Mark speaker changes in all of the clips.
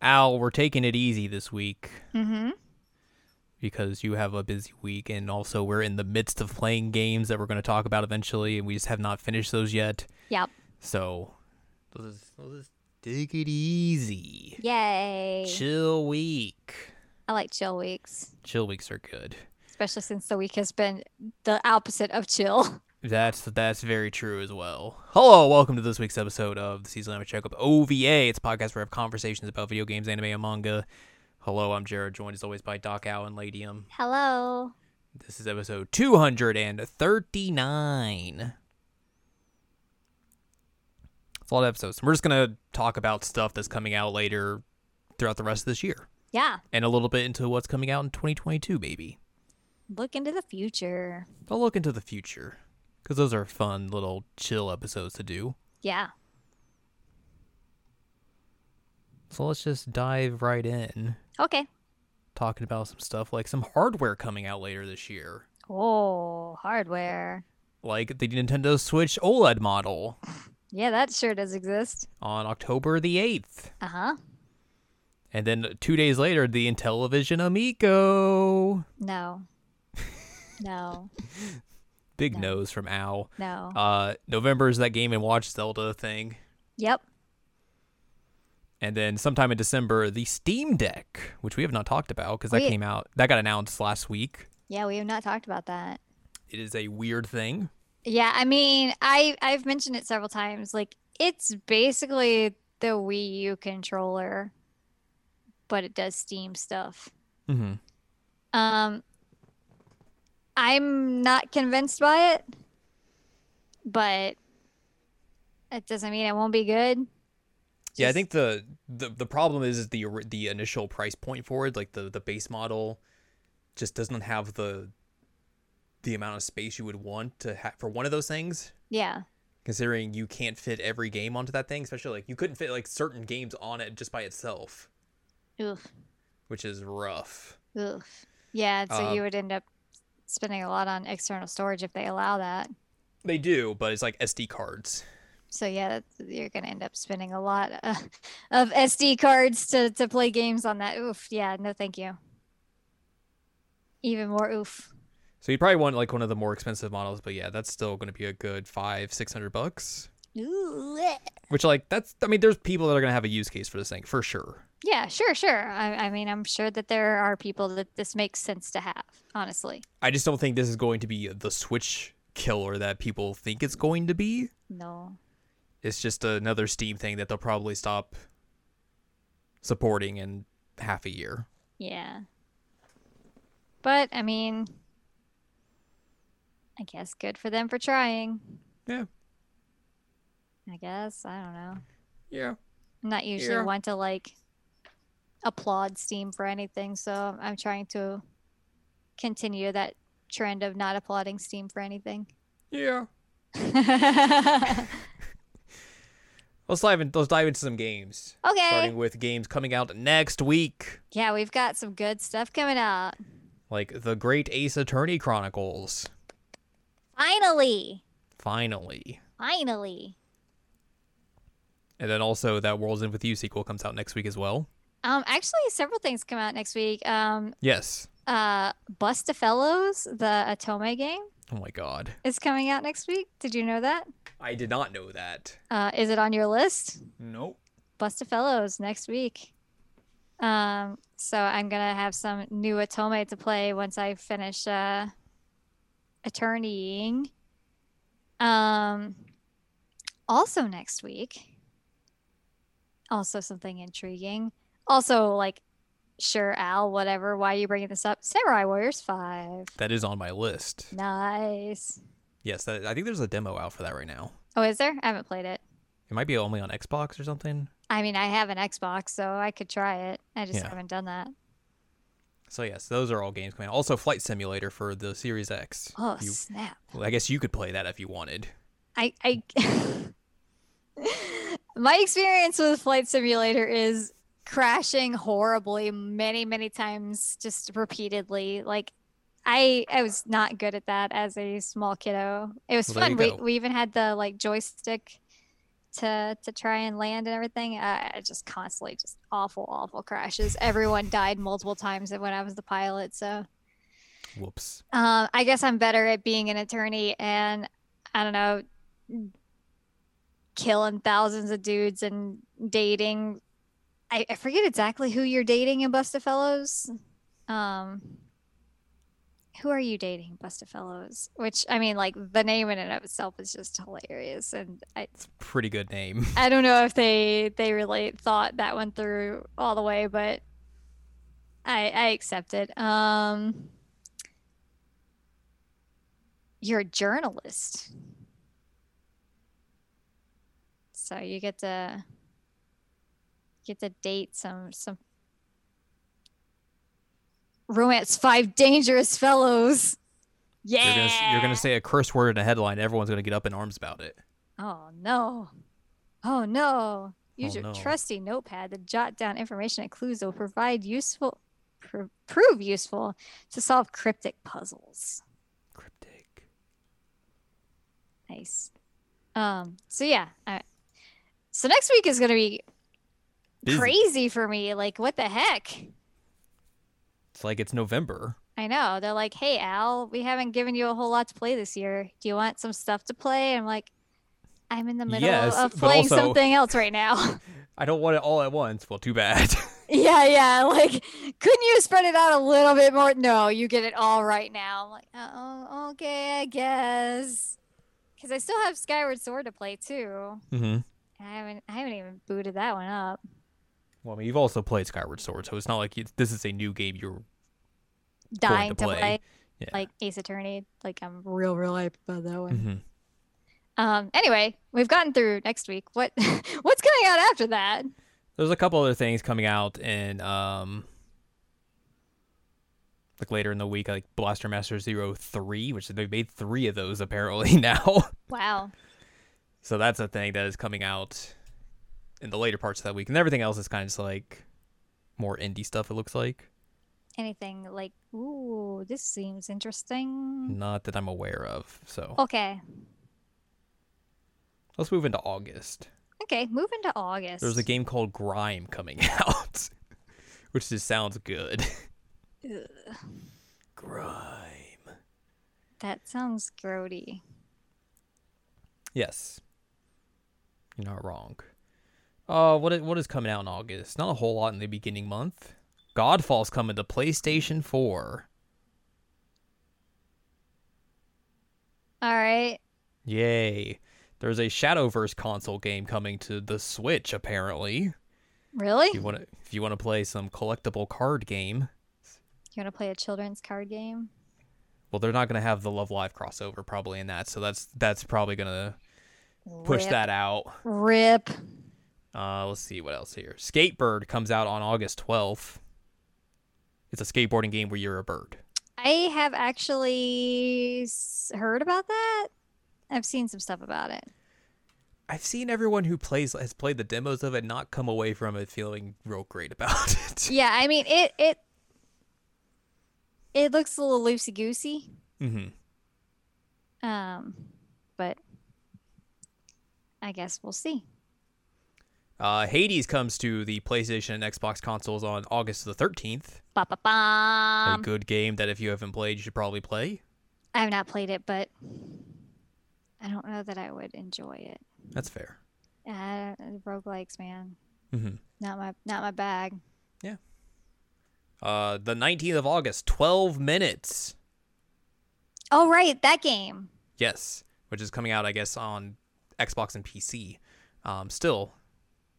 Speaker 1: Al, we're taking it easy this week
Speaker 2: Mm-hmm.
Speaker 1: because you have a busy week, and also we're in the midst of playing games that we're going to talk about eventually, and we just have not finished those yet.
Speaker 2: Yep.
Speaker 1: So let's just, let's just take it easy.
Speaker 2: Yay.
Speaker 1: Chill week.
Speaker 2: I like chill weeks,
Speaker 1: Chill weeks are good.
Speaker 2: especially since the week has been the opposite of chill.
Speaker 1: That's that's very true as well. Hello, welcome to this week's episode of the Season Limit Checkup OVA. It's a podcast where I have conversations about video games, anime, and manga. Hello, I'm Jared, joined as always by Doc Ow and Ladium.
Speaker 2: Hello.
Speaker 1: This is episode 239. It's a lot of episodes. We're just going to talk about stuff that's coming out later throughout the rest of this year
Speaker 2: Yeah.
Speaker 1: and a little bit into what's coming out in 2022, maybe.
Speaker 2: Look into the future.
Speaker 1: I'll look into the future because those are fun little chill episodes to do.
Speaker 2: Yeah.
Speaker 1: So let's just dive right in
Speaker 2: Okay.
Speaker 1: talking about some stuff like some hardware coming out later this year,
Speaker 2: Oh, hardware.
Speaker 1: like the Nintendo Switch OLED model
Speaker 2: Yeah, that sure does exist.
Speaker 1: on October the 8th.
Speaker 2: Uh huh.
Speaker 1: And then two days later, the Intellivision Amico.
Speaker 2: No. no.
Speaker 1: Big
Speaker 2: No.
Speaker 1: nose from Al.
Speaker 2: No.
Speaker 1: Uh, November is that Game and Watch Zelda thing.
Speaker 2: yep.
Speaker 1: And then sometime in December, the Steam Deck, which we have not talked about because that
Speaker 2: We-
Speaker 1: came out, that got announced last week.
Speaker 2: Yeah, we have not talked about that.
Speaker 1: It is a weird thing.
Speaker 2: Yeah, I mean, I I've mentioned it several times. Like it's basically the Wii U controller, but it does Steam stuff.
Speaker 1: Mm-hmm.
Speaker 2: Um, I'm not convinced by it, but it doesn't mean it won't be good.
Speaker 1: Yeah, I
Speaker 2: Just-
Speaker 1: think the, the the problem is is the ori- the initial price point for it, like the the base model, just doesn't have the the amount of space you would want to have for one of those things.
Speaker 2: Yeah,
Speaker 1: Considering you can't fit every game onto that thing, especially like you couldn't fit like certain games on it just by itself,
Speaker 2: oof,
Speaker 1: which is rough.
Speaker 2: oof. Yeah, so
Speaker 1: Uh,
Speaker 2: you would end up spending a lot on external storage if they allow that.
Speaker 1: They do, but it's like SD cards.
Speaker 2: So yeah, that's- you're gonna end up spending a lot uh, of SD cards to to play games on that. Oof, yeah, no, thank you. Even more oof.
Speaker 1: So you probably want like one of the more expensive models, but yeah, that's still going to be a good five six hundred bucks.
Speaker 2: Ooh, eh.
Speaker 1: Which like that's I mean, there's people that are going to have a use case for this thing for sure.
Speaker 2: Yeah, sure, sure. I, I mean, I'm sure that there are people that this makes sense to have, honestly.
Speaker 1: I just don't think this is going to be the Switch killer that people think it's going to be.
Speaker 2: No.
Speaker 1: It's just another Steam thing that they'll probably stop supporting in half a year.
Speaker 2: Yeah. But, I mean, I guess good for them for trying.
Speaker 1: Yeah.
Speaker 2: I guess. I don't know.
Speaker 1: Yeah.
Speaker 2: I'm not usually
Speaker 1: Yeah.
Speaker 2: one to, like, applaud Steam for anything, so I'm trying to continue that trend of not applauding Steam for anything.
Speaker 1: Yeah. Let's dive in, let's dive into some games.
Speaker 2: okay.
Speaker 1: Starting with games coming out next week,
Speaker 2: Yeah, we've got some good stuff coming out.
Speaker 1: like The Great Ace Attorney Chronicles.
Speaker 2: Finally.
Speaker 1: Finally.
Speaker 2: Finally.
Speaker 1: And then also that Worlds End with You sequel comes out next week as well.
Speaker 2: Um, actually, several things come out next week. Um,
Speaker 1: Yes.
Speaker 2: uh, Busta Fellows, the Atome game,
Speaker 1: Oh my god.
Speaker 2: is coming out next week. Did you know that?
Speaker 1: I did not know that.
Speaker 2: Uh, is it on your list?
Speaker 1: Nope.
Speaker 2: Busta Fellows next week. Um, so I'm gonna have some new Atome to play once I finish uh, attorneying. Um, also next week. Also something intriguing. Also like, sure, Al, whatever. Why are you bringing this up? Samurai Warriors Five.
Speaker 1: That is on my list.
Speaker 2: Nice.
Speaker 1: Yes, that, I think there's a demo out for that right now.
Speaker 2: Oh, is there? I haven't played it.
Speaker 1: It might be only on Xbox or something.
Speaker 2: I mean, I have an Xbox, so I could try it. I just
Speaker 1: Yeah.
Speaker 2: haven't done that.
Speaker 1: So yes, those are all games coming out. Also, Flight Simulator for the Series X.
Speaker 2: Oh
Speaker 1: You-
Speaker 2: snap.
Speaker 1: well, I guess you could play that if you wanted.
Speaker 2: I, I my experience with flight simulator is crashing horribly many many times just repeatedly like i i was not good at that as a small kiddo it was
Speaker 1: Well, there
Speaker 2: fun
Speaker 1: you
Speaker 2: we,
Speaker 1: go.
Speaker 2: we even had the like joystick to to try and land and everything. Uh, I just constantly just awful, awful crashes. Everyone died multiple times when I was the pilot. So
Speaker 1: Whoops.
Speaker 2: um, I guess I'm better at being an attorney and I don't know, killing thousands of dudes and dating. I, I forget exactly who you're dating in Busta Fellows. Um, who are you dating, Busta Fellows? Which I mean, like the name in and of itself is just hilarious, and I,
Speaker 1: It's a pretty good name.
Speaker 2: I don't know if they they really thought that one through all the way, but I I accept it. Um, you're a journalist, so you get to get to date some some romance five dangerous fellows. Yeah,
Speaker 1: You're, gonna, s- you're gonna say a curse word in a headline. Everyone's gonna get up in arms about it.
Speaker 2: Oh no. Oh no. Use
Speaker 1: Oh,
Speaker 2: your
Speaker 1: no.
Speaker 2: trusty notepad to jot down information and clues that will provide useful pr- prove useful to solve cryptic puzzles.
Speaker 1: Cryptic.
Speaker 2: Nice. Um so yeah, I, so next week is going to be
Speaker 1: Busy.
Speaker 2: crazy for me. Like what the heck?
Speaker 1: It's like it's November.
Speaker 2: I know. They're like, "Hey Al, we haven't given you a whole lot to play this year. Do you want some stuff to play?" I'm like, "I'm in the middle
Speaker 1: Yes,
Speaker 2: of
Speaker 1: but
Speaker 2: playing
Speaker 1: also-
Speaker 2: something else right now."
Speaker 1: I don't want it all at once. Well, too bad.
Speaker 2: Yeah, yeah. Like, couldn't you spread it out a little bit more? No, you get it all right now. I'm like, oh, okay, I guess. Because I still have Skyward Sword to play too.
Speaker 1: mm-hmm.
Speaker 2: And I haven't, I haven't even booted that one up.
Speaker 1: Well, I mean, you've also played Skyward Sword, so it's not like you, this is a new game. You're
Speaker 2: Dying to
Speaker 1: play.
Speaker 2: play,
Speaker 1: Yeah.
Speaker 2: like Ace Attorney. Like, I'm real, real hype about that one.
Speaker 1: Mhm.
Speaker 2: Um. Anyway, we've gotten through next week. What, what's coming out after that?
Speaker 1: There's a couple other things coming out in um like later in the week, like Blaster Master Zero Three, which they made three of those apparently now.
Speaker 2: Wow.
Speaker 1: so that's a thing that is coming out in the later parts of that week, and everything else is kind of just like more indie stuff. It looks like
Speaker 2: Anything like, ooh, this seems interesting.
Speaker 1: not that I'm aware of. So
Speaker 2: Okay.
Speaker 1: let's move into August.
Speaker 2: Okay. Move into August.
Speaker 1: There's a game called Grime coming out, which just sounds good.
Speaker 2: Ugh.
Speaker 1: Grime.
Speaker 2: That sounds grody.
Speaker 1: Yes. You're not wrong. Uh, what is, what is coming out in August? Not a whole lot in the beginning month. Godfall's coming to PlayStation 4.
Speaker 2: All right.
Speaker 1: Yay. There's a Shadowverse console game coming to the Switch, apparently.
Speaker 2: Really?
Speaker 1: If you
Speaker 2: You
Speaker 1: want to, if you want to play some collectible card game,
Speaker 2: want to play a children's card game?
Speaker 1: well, they're not going to have the Love Live crossover probably in that, so that's that's probably going to push
Speaker 2: Rip.
Speaker 1: that out.
Speaker 2: Rip.
Speaker 1: Uh, let's see what else here. Skatebird comes out on August 12th. It's a skateboarding game where you're a bird.
Speaker 2: I have actually s- heard about that. I've seen some stuff about it.
Speaker 1: I've seen everyone who plays has played the demos of it not come away from it feeling real great about it.
Speaker 2: Yeah, I mean it. It. It looks a little loosey goosey.
Speaker 1: Mm-hmm.
Speaker 2: Um, but I guess we'll see.
Speaker 1: Uh, Hades comes to the PlayStation and Xbox consoles on August the 13th.
Speaker 2: Ba ba bam.
Speaker 1: a good game that if you haven't played, you should probably play.
Speaker 2: I have not played it, but I don't know that I would enjoy it.
Speaker 1: That's fair.
Speaker 2: Uh, roguelikes, man.
Speaker 1: Mm-hmm.
Speaker 2: Not my not my bag.
Speaker 1: Uh, the 19th of August, 12 minutes.
Speaker 2: Oh right, that game.
Speaker 1: Yes, which is coming out, I guess, on Xbox and PC. Um, still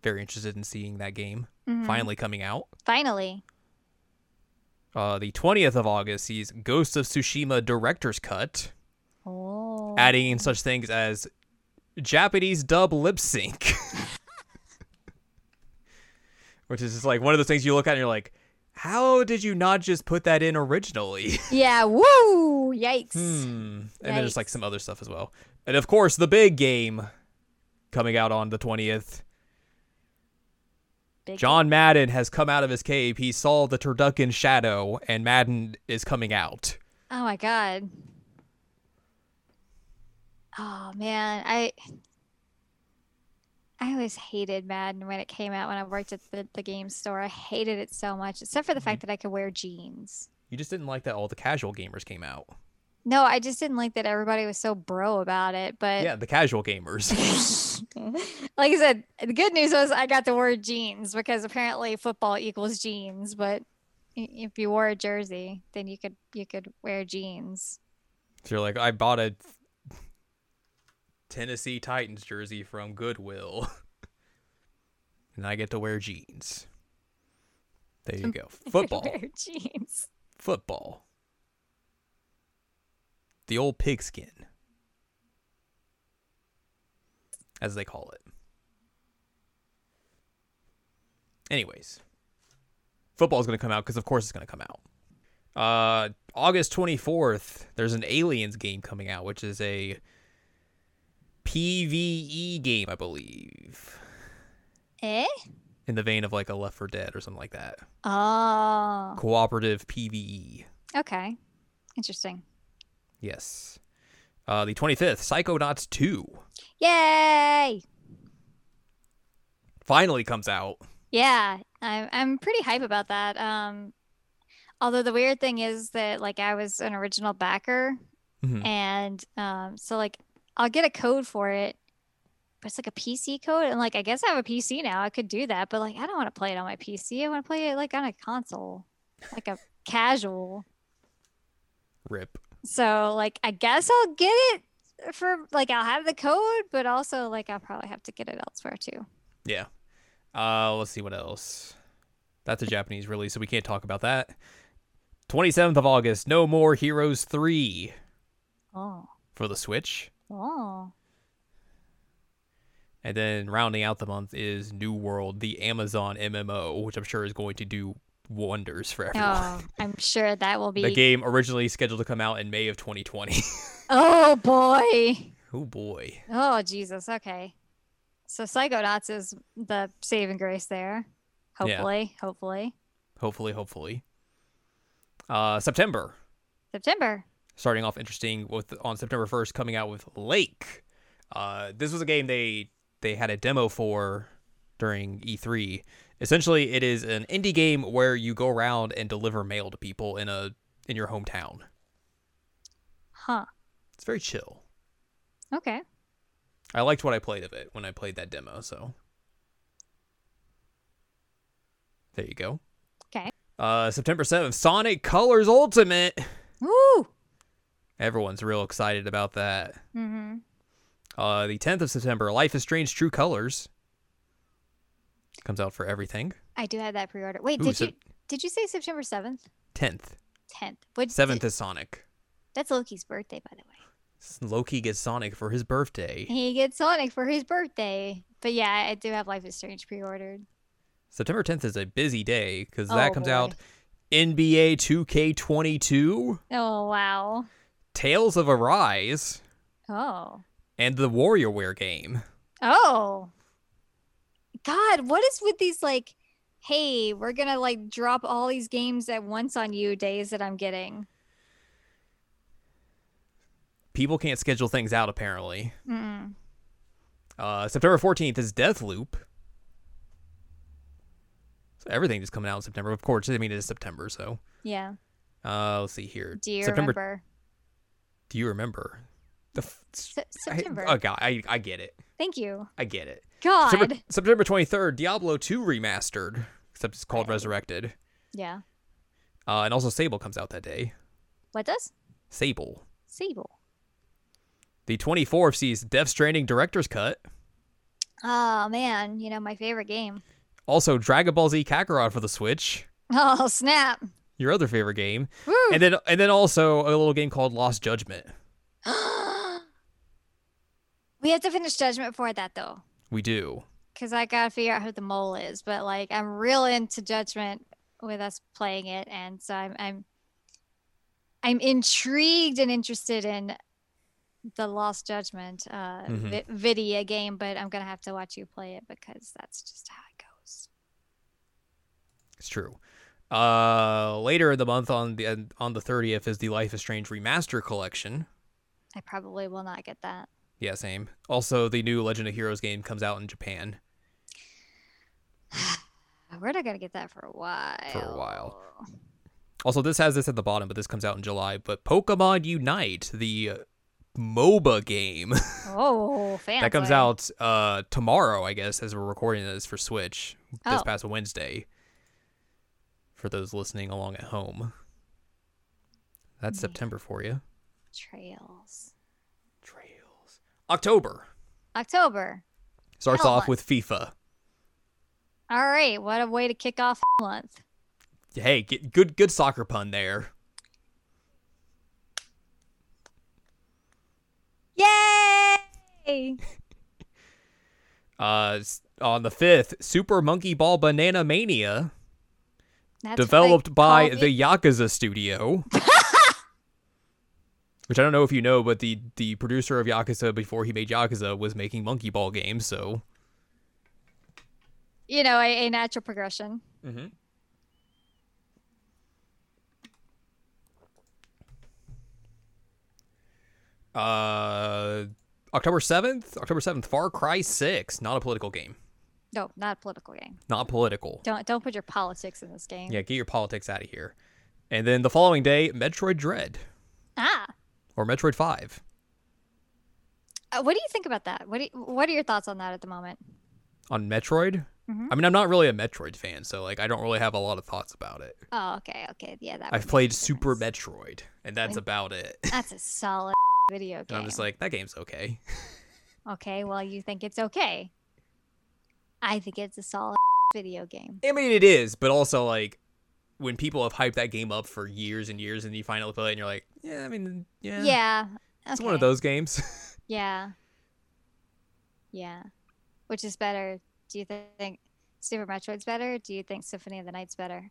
Speaker 1: very interested in seeing that game
Speaker 2: Mhm.
Speaker 1: finally coming out.
Speaker 2: Finally.
Speaker 1: Uh, the 20th of August sees Ghost of Tsushima Director's Cut.
Speaker 2: Oh.
Speaker 1: adding in such things as Japanese dub lip sync, which is just like one of those things you look at and you're like, how did you not just put that in originally?
Speaker 2: Yeah. Woo! Yikes.
Speaker 1: Hmm. And then there's like
Speaker 2: Yikes.
Speaker 1: some other stuff as well. And of course, the big game coming out on the 20th.
Speaker 2: Big
Speaker 1: John Madden has come out of his cave. He saw the Turducken shadow, and Madden is coming out.
Speaker 2: Oh my god. Oh man, I I always hated Madden when it came out when I worked at the, the game store. I hated it so much, except
Speaker 1: Mm-hmm.
Speaker 2: for the fact that I could wear jeans.
Speaker 1: You just didn't like that all the casual gamers came out.
Speaker 2: No, I just didn't like that everybody was so bro about it. But
Speaker 1: yeah, the casual gamers.
Speaker 2: like I said, the good news was I got the word jeans because apparently football equals jeans. But i- if you wore a jersey, then you could you could wear jeans.
Speaker 1: so you're like, I bought a Tennessee Titans jersey from Goodwill, and I get to wear jeans. There you go. Football.
Speaker 2: wear jeans.
Speaker 1: Football. The old pigskin, as they call it. Anyways, football's going to come out because, of course, it's going to come out. Uh, August 24th, there's an Aliens game coming out, which is a PvE game, I believe,
Speaker 2: Eh?
Speaker 1: in the vein of like a Left 4 Dead or something like that.
Speaker 2: Oh.
Speaker 1: Cooperative E. PvE.
Speaker 2: Okay. Interesting.
Speaker 1: Yes. Uh, the 25th, Psychonauts 2
Speaker 2: Yay!
Speaker 1: finally comes out.
Speaker 2: Yeah, I'm I'm pretty hype about that. Um, although the weird thing is that like I was an original backer, Mm-hmm.
Speaker 1: Mhm.
Speaker 2: and um, so like I'll get a code for it, but it's like a PC code, and like I guess I have a PC now. I could do that, but like I don't want to play it on my PC. I want to play it like on a console, like a casual.
Speaker 1: Rip.
Speaker 2: So like I guess I'll get it for like I'll have the code, but also like I'll probably have to get it elsewhere too.
Speaker 1: Yeah. Uh, let's see what else. That's a Japanese release, so we can't talk about that. 27th of August, No More Heroes 3
Speaker 2: Oh,
Speaker 1: for the Switch.
Speaker 2: oh,
Speaker 1: And then rounding out the month is New World, the Amazon MMO, which I'm sure is going to do wonders for everyone.
Speaker 2: oh! I'm sure that will
Speaker 1: The
Speaker 2: be.
Speaker 1: game originally scheduled to come out in May of 2020.
Speaker 2: Oh boy.
Speaker 1: oh boy.
Speaker 2: Oh Jesus. Okay. So Psychonauts is the saving grace there.
Speaker 1: Yeah.
Speaker 2: Hopefully, hopefully
Speaker 1: Hopefully, hopefully. Uh, September,
Speaker 2: September.
Speaker 1: starting off interesting with on September 1st coming out with Lake. Uh, this was a game they they had a demo for during E3. Essentially, it is an indie game where you go around and deliver mail to people in a in your hometown.
Speaker 2: Huh.
Speaker 1: It's very chill.
Speaker 2: Okay.
Speaker 1: I liked what I played of it when I played that demo, so there you go.
Speaker 2: 'Kay.
Speaker 1: Uh, September 7th, Sonic Colors Ultimate.
Speaker 2: Woo.
Speaker 1: Everyone's real excited about that.
Speaker 2: Mm-hmm.
Speaker 1: Uh, the 10th of September, Life is Strange True Colors comes out for everything.
Speaker 2: I do have that pre-order. Wait,
Speaker 1: Ooh,
Speaker 2: did
Speaker 1: so-
Speaker 2: you did you say September seventh,
Speaker 1: 10th.
Speaker 2: tenth? What
Speaker 1: 7th is Sonic.
Speaker 2: That's Loki's birthday, by the way.
Speaker 1: Loki gets Sonic for his birthday.
Speaker 2: He gets Sonic for his birthday. But yeah, I do have Life is Strange pre-ordered.
Speaker 1: September 10th is a busy day because
Speaker 2: Oh,
Speaker 1: that comes
Speaker 2: boy.
Speaker 1: out NBA 2K22,
Speaker 2: Oh wow.
Speaker 1: Tales of Arise,
Speaker 2: Oh.
Speaker 1: and the WarriorWare game.
Speaker 2: Oh. God, what is with these like hey, we're going to like drop all these games at once on you days that I'm getting.
Speaker 1: People can't schedule things out, apparently.
Speaker 2: Mm.
Speaker 1: Uh, September 14th is Deathloop. So everything is coming out in September. Of course, I mean, it is September, so.
Speaker 2: Yeah.
Speaker 1: Uh, let's see here.
Speaker 2: Do you
Speaker 1: September.
Speaker 2: remember?
Speaker 1: Do you remember? The f-
Speaker 2: Se-
Speaker 1: I-
Speaker 2: September.
Speaker 1: oh god, I I get it.
Speaker 2: Thank you.
Speaker 1: I get it.
Speaker 2: God.
Speaker 1: September September twenty third, Diablo two remastered, except it's called
Speaker 2: Right.
Speaker 1: Resurrected.
Speaker 2: Yeah.
Speaker 1: Uh, and also Sable comes out that day.
Speaker 2: What does?
Speaker 1: Sable.
Speaker 2: Sable.
Speaker 1: The twenty fourth sees Death Stranding director's cut.
Speaker 2: Oh man, you know my favorite game.
Speaker 1: Also Dragon Ball Z Kakarot for the Switch.
Speaker 2: Oh snap.
Speaker 1: Your other favorite game,
Speaker 2: Woo.
Speaker 1: and then and then also a little game called Lost Judgment.
Speaker 2: we have to finish judgment before that though.
Speaker 1: We do.
Speaker 2: because I gotta figure out who the mole is. But like, I'm real into Judgment with us playing it, and so I'm I'm I'm intrigued and interested in the Lost Judgment uh,
Speaker 1: Mhm.
Speaker 2: vi- video game. But I'm gonna have to watch you play it because that's just how it goes.
Speaker 1: It's true. Uh, later in the month on the on the thirtieth is the Life is Strange remaster collection.
Speaker 2: I probably will not get that.
Speaker 1: Yeah, same. Also, the new Legend of Heroes game comes out in Japan.
Speaker 2: We're not gonna get that for a while.
Speaker 1: while. Also, this has this at the bottom, but this comes out in July. But Pokemon Unite, the uh, MOBA game
Speaker 2: Oh, fancy.
Speaker 1: that comes out uh, tomorrow, I guess, as we're recording this for Switch this
Speaker 2: Oh.
Speaker 1: past Wednesday. For those listening along at home, that's
Speaker 2: Yeah.
Speaker 1: September for you.
Speaker 2: Trails.
Speaker 1: Trails. October
Speaker 2: October.
Speaker 1: starts
Speaker 2: Hell,
Speaker 1: off
Speaker 2: what-
Speaker 1: with FIFA.
Speaker 2: All right, what a way to kick off month.
Speaker 1: Hey, get, good good soccer pun there.
Speaker 2: Yay!
Speaker 1: Uh, s- on the fifth, Super Monkey Ball Banana Mania,
Speaker 2: That's what they
Speaker 1: developed by
Speaker 2: call me.
Speaker 1: the Yakuza Studio. Which I don't know if you know, but the the producer of Yakuza before he made Yakuza was making Monkey Ball games. So
Speaker 2: you know a, a natural progression.
Speaker 1: Uh, October 7th, October 7th, Far Cry 6, not a political game.
Speaker 2: No, not a political game.
Speaker 1: Not political.
Speaker 2: Don't don't put your politics in this game.
Speaker 1: Yeah, get your politics out of here. And then the following day, Metroid Dread
Speaker 2: Ah,
Speaker 1: or Metroid 5.
Speaker 2: Uh, what do you think about that? What do you, what are your thoughts on that at the moment?
Speaker 1: On Metroid?
Speaker 2: Mhm.
Speaker 1: I mean, I'm not really a Metroid fan, so like I don't really have a lot of thoughts about it.
Speaker 2: Oh, okay, okay, yeah, that.
Speaker 1: I've
Speaker 2: would make
Speaker 1: played
Speaker 2: a
Speaker 1: Super
Speaker 2: difference.
Speaker 1: Metroid, and that's about it.
Speaker 2: That's a solid video
Speaker 1: And
Speaker 2: game.
Speaker 1: I'm just like, that game's okay.
Speaker 2: okay, well, you think it's okay? I think it's a solid video game.
Speaker 1: I mean, it is, but also like when people have hyped that game up for years and years, and you finally play it, and you're like, yeah, I mean, yeah,
Speaker 2: Yeah,
Speaker 1: it's one of
Speaker 2: okay,
Speaker 1: those games.
Speaker 2: Yeah, yeah. Which is better? Do you think Super Metroid's better? Do you think Symphony of the Night's better?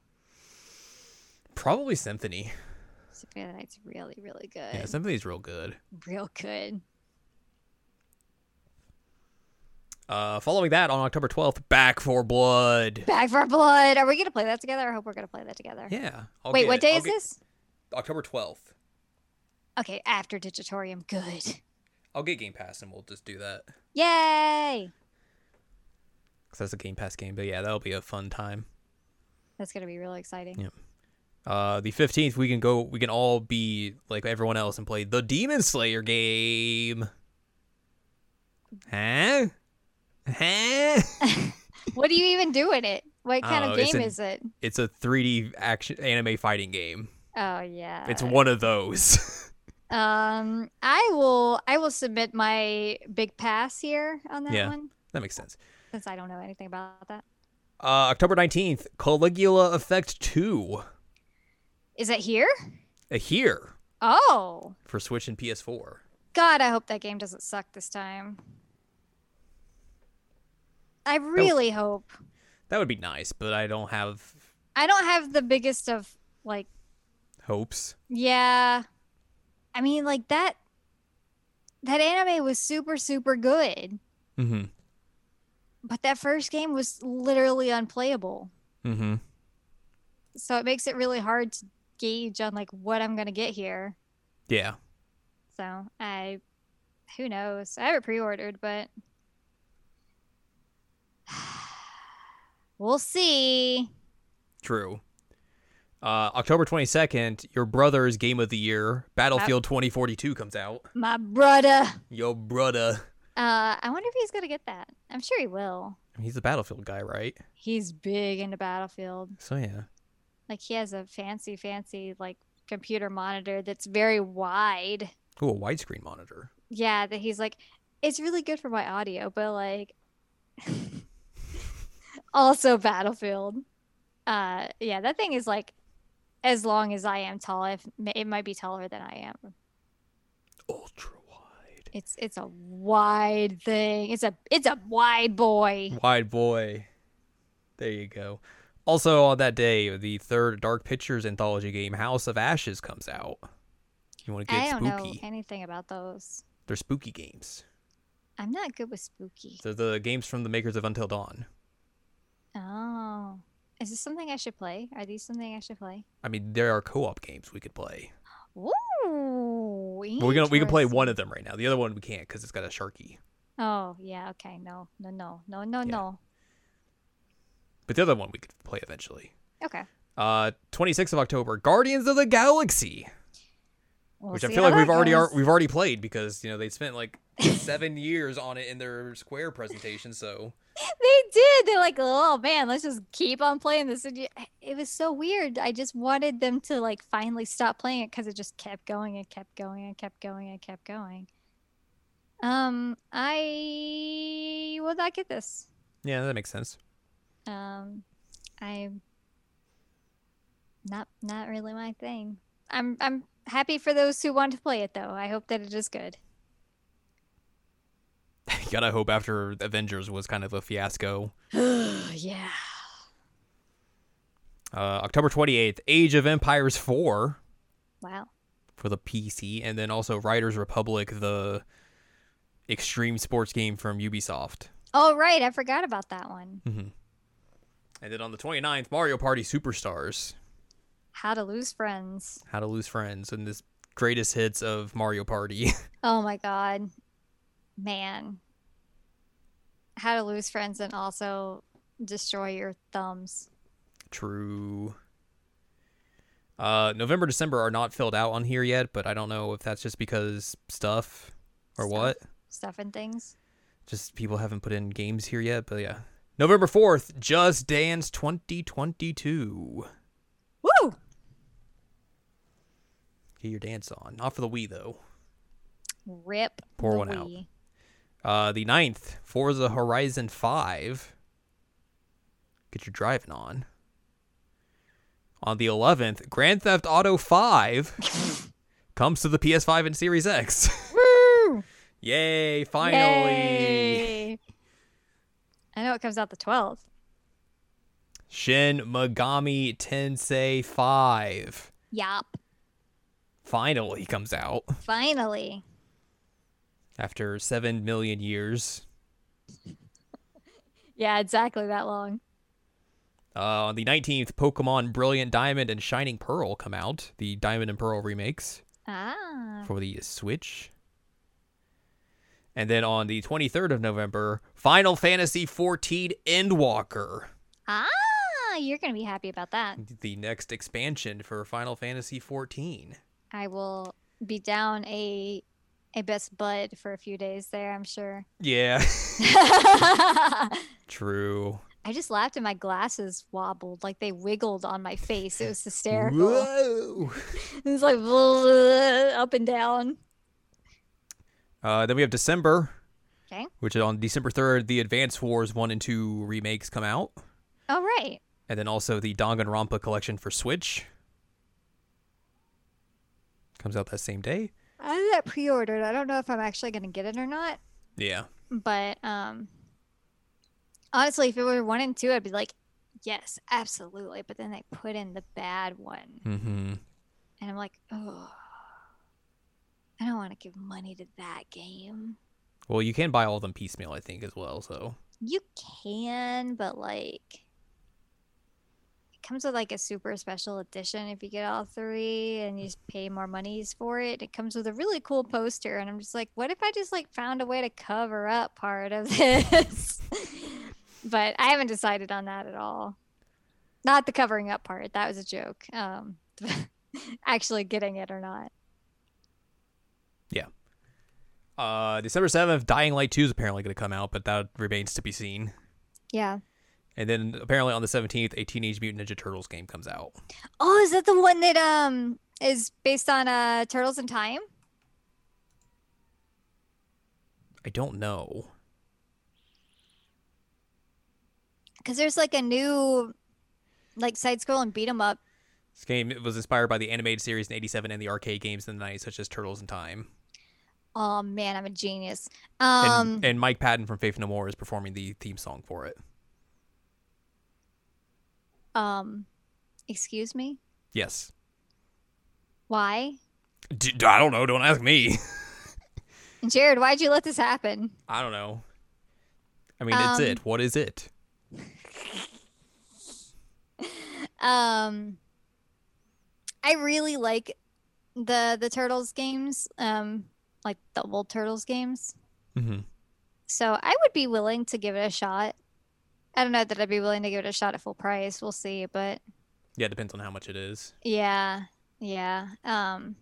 Speaker 1: Probably Symphony.
Speaker 2: Symphony of the Night's really, really good.
Speaker 1: Yeah, Symphony's real good.
Speaker 2: Real good.
Speaker 1: Uh, following that on October 12th, Back for Blood.
Speaker 2: Back for Blood. Are we gonna play that together? I hope we're gonna play that together.
Speaker 1: Yeah. I'll
Speaker 2: Wait,
Speaker 1: get
Speaker 2: what
Speaker 1: it.
Speaker 2: day
Speaker 1: I'll
Speaker 2: is
Speaker 1: get-
Speaker 2: this?
Speaker 1: October 12th.
Speaker 2: Okay, after Digitorium. Good.
Speaker 1: I'll get Game Pass and we'll just do that.
Speaker 2: Yay!
Speaker 1: Because that's a Game Pass game, but yeah, that'll be a fun time.
Speaker 2: That's gonna be really exciting.
Speaker 1: Yeah. Uh, the 15th, we can go, we can all be like everyone else and play the Demon Slayer game. Huh? Huh?
Speaker 2: What do you even do in it? What kind
Speaker 1: Oh,
Speaker 2: of
Speaker 1: it's
Speaker 2: game
Speaker 1: an-
Speaker 2: is it?
Speaker 1: it's a 3D action anime fighting game.
Speaker 2: Oh yeah.
Speaker 1: It's one of those.
Speaker 2: Um, I will. I will submit my big pass here on that
Speaker 1: Yeah.
Speaker 2: one
Speaker 1: that makes sense.
Speaker 2: since I don't know anything about that.
Speaker 1: Uh, October 19th, Caligula Effect 2.
Speaker 2: Is it here?
Speaker 1: Uh, Here
Speaker 2: Oh
Speaker 1: for Switch and PS4.
Speaker 2: God! I hope that game doesn't suck this time. I really hope.
Speaker 1: That would be nice, but I don't have
Speaker 2: I don't have the biggest of like.
Speaker 1: hopes.
Speaker 2: Yeah. I mean, like that that anime was super super good,
Speaker 1: Mm
Speaker 2: but that first game was literally unplayable.
Speaker 1: hmm. Mm hmm.
Speaker 2: So it makes it really hard to gauge on like what I'm going to get here.
Speaker 1: Yeah.
Speaker 2: So, I who knows. I have it pre-ordered, but we'll see.
Speaker 1: True. Uh, October 22nd, your brother's game of the year, Battlefield 2042, comes out.
Speaker 2: My brother.
Speaker 1: Yo, brother.
Speaker 2: Uh, I wonder if he's going to get that. I'm sure he will.
Speaker 1: I mean, he's a Battlefield guy, right?
Speaker 2: He's big into Battlefield.
Speaker 1: So, yeah.
Speaker 2: Like he has a fancy, fancy like computer monitor that's very wide.
Speaker 1: Ooh, a widescreen monitor.
Speaker 2: Yeah, that he's like, it's really good for my audio, but like, also Battlefield. Uh, yeah, that thing is like as long as I am tall. If it might be taller than I am.
Speaker 1: Ultra wide.
Speaker 2: It's it's a wide thing. It's a it's a wide boy.
Speaker 1: Wide boy. There you go. Also, on that day, the third Dark Pictures anthology game, House of Ashes, comes out. You want to get
Speaker 2: I don't know
Speaker 1: spooky?
Speaker 2: anything about those.
Speaker 1: They're spooky games.
Speaker 2: I'm not good with spooky.
Speaker 1: So the games from the makers of Until Dawn.
Speaker 2: Oh, is this something I should play? Are these something I should play?
Speaker 1: I mean, there are co-op games we could play.
Speaker 2: Ooh, Waitress.
Speaker 1: Well, we can we can play one of them right now. The other one we can't because it's got a sharky.
Speaker 2: Oh yeah. Okay. No. No. No. No. No. No.
Speaker 1: But the other one we could play eventually.
Speaker 2: Okay.
Speaker 1: Uh, 26th of October, Guardians of the Galaxy,
Speaker 2: We'll
Speaker 1: which I
Speaker 2: see
Speaker 1: feel
Speaker 2: how
Speaker 1: like we've
Speaker 2: that
Speaker 1: already
Speaker 2: goes.
Speaker 1: are, we've already played because you know they spent like seven years on it in their Square presentation. So
Speaker 2: they did. They're like, oh man, let's just keep on playing this. And you- It was so weird. I just wanted them to like finally stop playing it because it just kept going and kept going and kept going and kept going. Um, I will not get this.
Speaker 1: yeah, that makes sense.
Speaker 2: Um, I'm not not really my thing. I'm I'm happy for those who want to play it though. I hope that it is good.
Speaker 1: You gotta hope after Avengers was kind of a fiasco.
Speaker 2: yeah.
Speaker 1: Uh, October 28th, Age of Empires 4
Speaker 2: Wow.
Speaker 1: for the PC, and then also Riders Republic, the extreme sports game from Ubisoft.
Speaker 2: Oh right, I forgot about that one.
Speaker 1: Mm-hmm. And then on the 29th, Mario Party Superstars.
Speaker 2: How to lose friends.
Speaker 1: How to Lose Friends and this greatest hits of Mario Party.
Speaker 2: Oh my god. Man. How to lose friends and also destroy your thumbs.
Speaker 1: True. Uh, November, December are not filled out on here yet, but I don't know if that's just because stuff or
Speaker 2: Stuff.
Speaker 1: what.
Speaker 2: Stuff and things.
Speaker 1: Just people haven't put in games here yet, but yeah. November 4th, Just Dance 2022.
Speaker 2: Woo!
Speaker 1: Get your dance on. Not for the Wii, though.
Speaker 2: Rip.
Speaker 1: Pour
Speaker 2: the
Speaker 1: one out.
Speaker 2: Wii.
Speaker 1: Uh, the 9th, Forza Horizon 5. Get your driving on. On the 11th, Grand Theft Auto 5 comes to the PS5 and Series X.
Speaker 2: Woo!
Speaker 1: Yay, finally.
Speaker 2: Yay! I know it comes out the 12th.
Speaker 1: Shin Megami Tensei 5
Speaker 2: Yop.
Speaker 1: finally comes out
Speaker 2: Finally.
Speaker 1: after 7 million years.
Speaker 2: Yeah, exactly that long.
Speaker 1: Uh, on the 19th, Pokemon Brilliant Diamond and Shining Pearl come out, the Diamond and Pearl remakes.
Speaker 2: Ah.
Speaker 1: for the Switch. And then on the 23rd of November, Final Fantasy XIV Endwalker,
Speaker 2: Ah, you're going to be happy about that.
Speaker 1: the next expansion for Final Fantasy XIV.
Speaker 2: I will be down a a best bud for a few days there, I'm sure.
Speaker 1: Yeah,
Speaker 2: I
Speaker 1: true.
Speaker 2: just laughed and my glasses wobbled, like they wiggled on my face. It was hysterical.
Speaker 1: Whoa.
Speaker 2: it was like up and down.
Speaker 1: Uh, then we have December,
Speaker 2: Okay.
Speaker 1: which is on December 3rd, the Advance Wars 1 and 2 remakes come out.
Speaker 2: All right.
Speaker 1: And then also the Danganronpa collection for Switch comes out that same day.
Speaker 2: I did that pre-ordered. I don't know if I'm actually going to get it or not,
Speaker 1: Yeah.
Speaker 2: but um honestly, if it were one and two, I'd be like, yes, absolutely. But then they put in the bad one,
Speaker 1: Mm-hmm.
Speaker 2: and I'm like, oh, I don't want to give money to that game.
Speaker 1: Well, you can buy all of them piecemeal, I think, as well. So
Speaker 2: You can, but like it comes with like a super special edition if you get all three and you just pay more monies for it. It comes with a really cool poster and I'm just like, what if I just like found a way to cover up part of this? but I haven't decided on that at all. Not the covering up part. That was a joke. Um actually getting it or not.
Speaker 1: Uh, December 7th, Dying Light 2 is apparently going to come out, but that remains to be seen.
Speaker 2: Yeah.
Speaker 1: And then apparently on the 17th, a Teenage Mutant Ninja Turtles game comes out.
Speaker 2: Oh, is that the one that um is based on uh Turtles in Time?
Speaker 1: I don't know.
Speaker 2: because there's like a new like side scroll and beat 'em up
Speaker 1: This game was inspired by the animated series in 87 and the arcade games in the 90s, such as Turtles in Time.
Speaker 2: oh man i'm a genius
Speaker 1: And,
Speaker 2: um
Speaker 1: and Mike Patton from Faith No More is performing the theme song for it.
Speaker 2: um excuse me
Speaker 1: Yes.
Speaker 2: why
Speaker 1: D- I don't know. Don't ask me.
Speaker 2: jared why'd you let this happen
Speaker 1: I don't know. I mean, it's
Speaker 2: Um,
Speaker 1: it. What is it?
Speaker 2: um i really like the the Turtles games, um, like the old Turtles games.
Speaker 1: Mm-hmm.
Speaker 2: So I would be willing to give it a shot. I don't know that I'd be willing to give it a shot at full price. We'll see, but
Speaker 1: Yeah, it depends on how much it is.
Speaker 2: yeah, yeah. Um,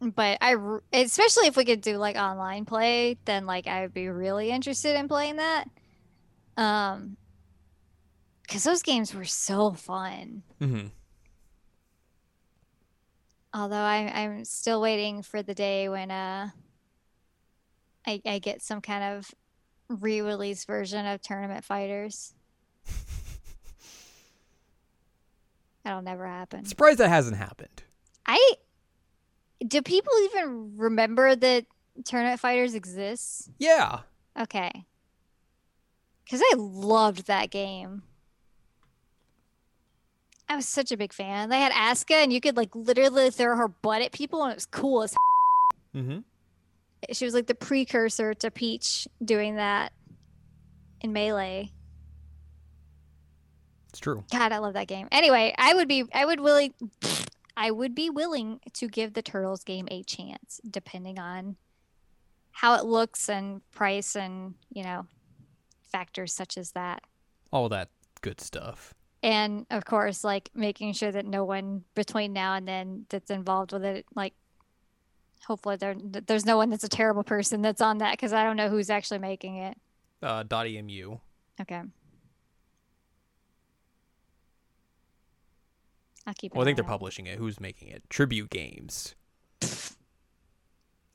Speaker 2: but I, r- especially if we could do like online play, then like I would be really interested in playing that. Um, because those games were so fun.
Speaker 1: Mm-hmm.
Speaker 2: Although I, I'm still waiting for the day when uh, I, I get some kind of re-release version of Tournament Fighters. That'll never happen.
Speaker 1: Surprised that hasn't happened.
Speaker 2: I do people even remember that Tournament Fighters exists?
Speaker 1: Yeah.
Speaker 2: Okay. Cause I loved that game. I was such a big fan. They had Asuka and you could like literally throw her butt at people and it was cool as
Speaker 1: Mm-hmm.
Speaker 2: she was like the precursor to Peach doing that in Melee.
Speaker 1: It's true.
Speaker 2: God, I love that game. Anyway, I would be I would willing I would be willing to give the Turtles game a chance depending on how it looks and price and, you know, factors such as that.
Speaker 1: All that good stuff.
Speaker 2: And of course, like making sure that no one between now and then that's involved with it like hopefully there th- there's no one that's a terrible person that's on that cuz I don't know who's actually making it.
Speaker 1: Uh, dot emu.
Speaker 2: Okay. I'll keep.
Speaker 1: Well, I
Speaker 2: an
Speaker 1: think
Speaker 2: eye
Speaker 1: they're
Speaker 2: out.
Speaker 1: publishing it. Who's making it? Tribute Games.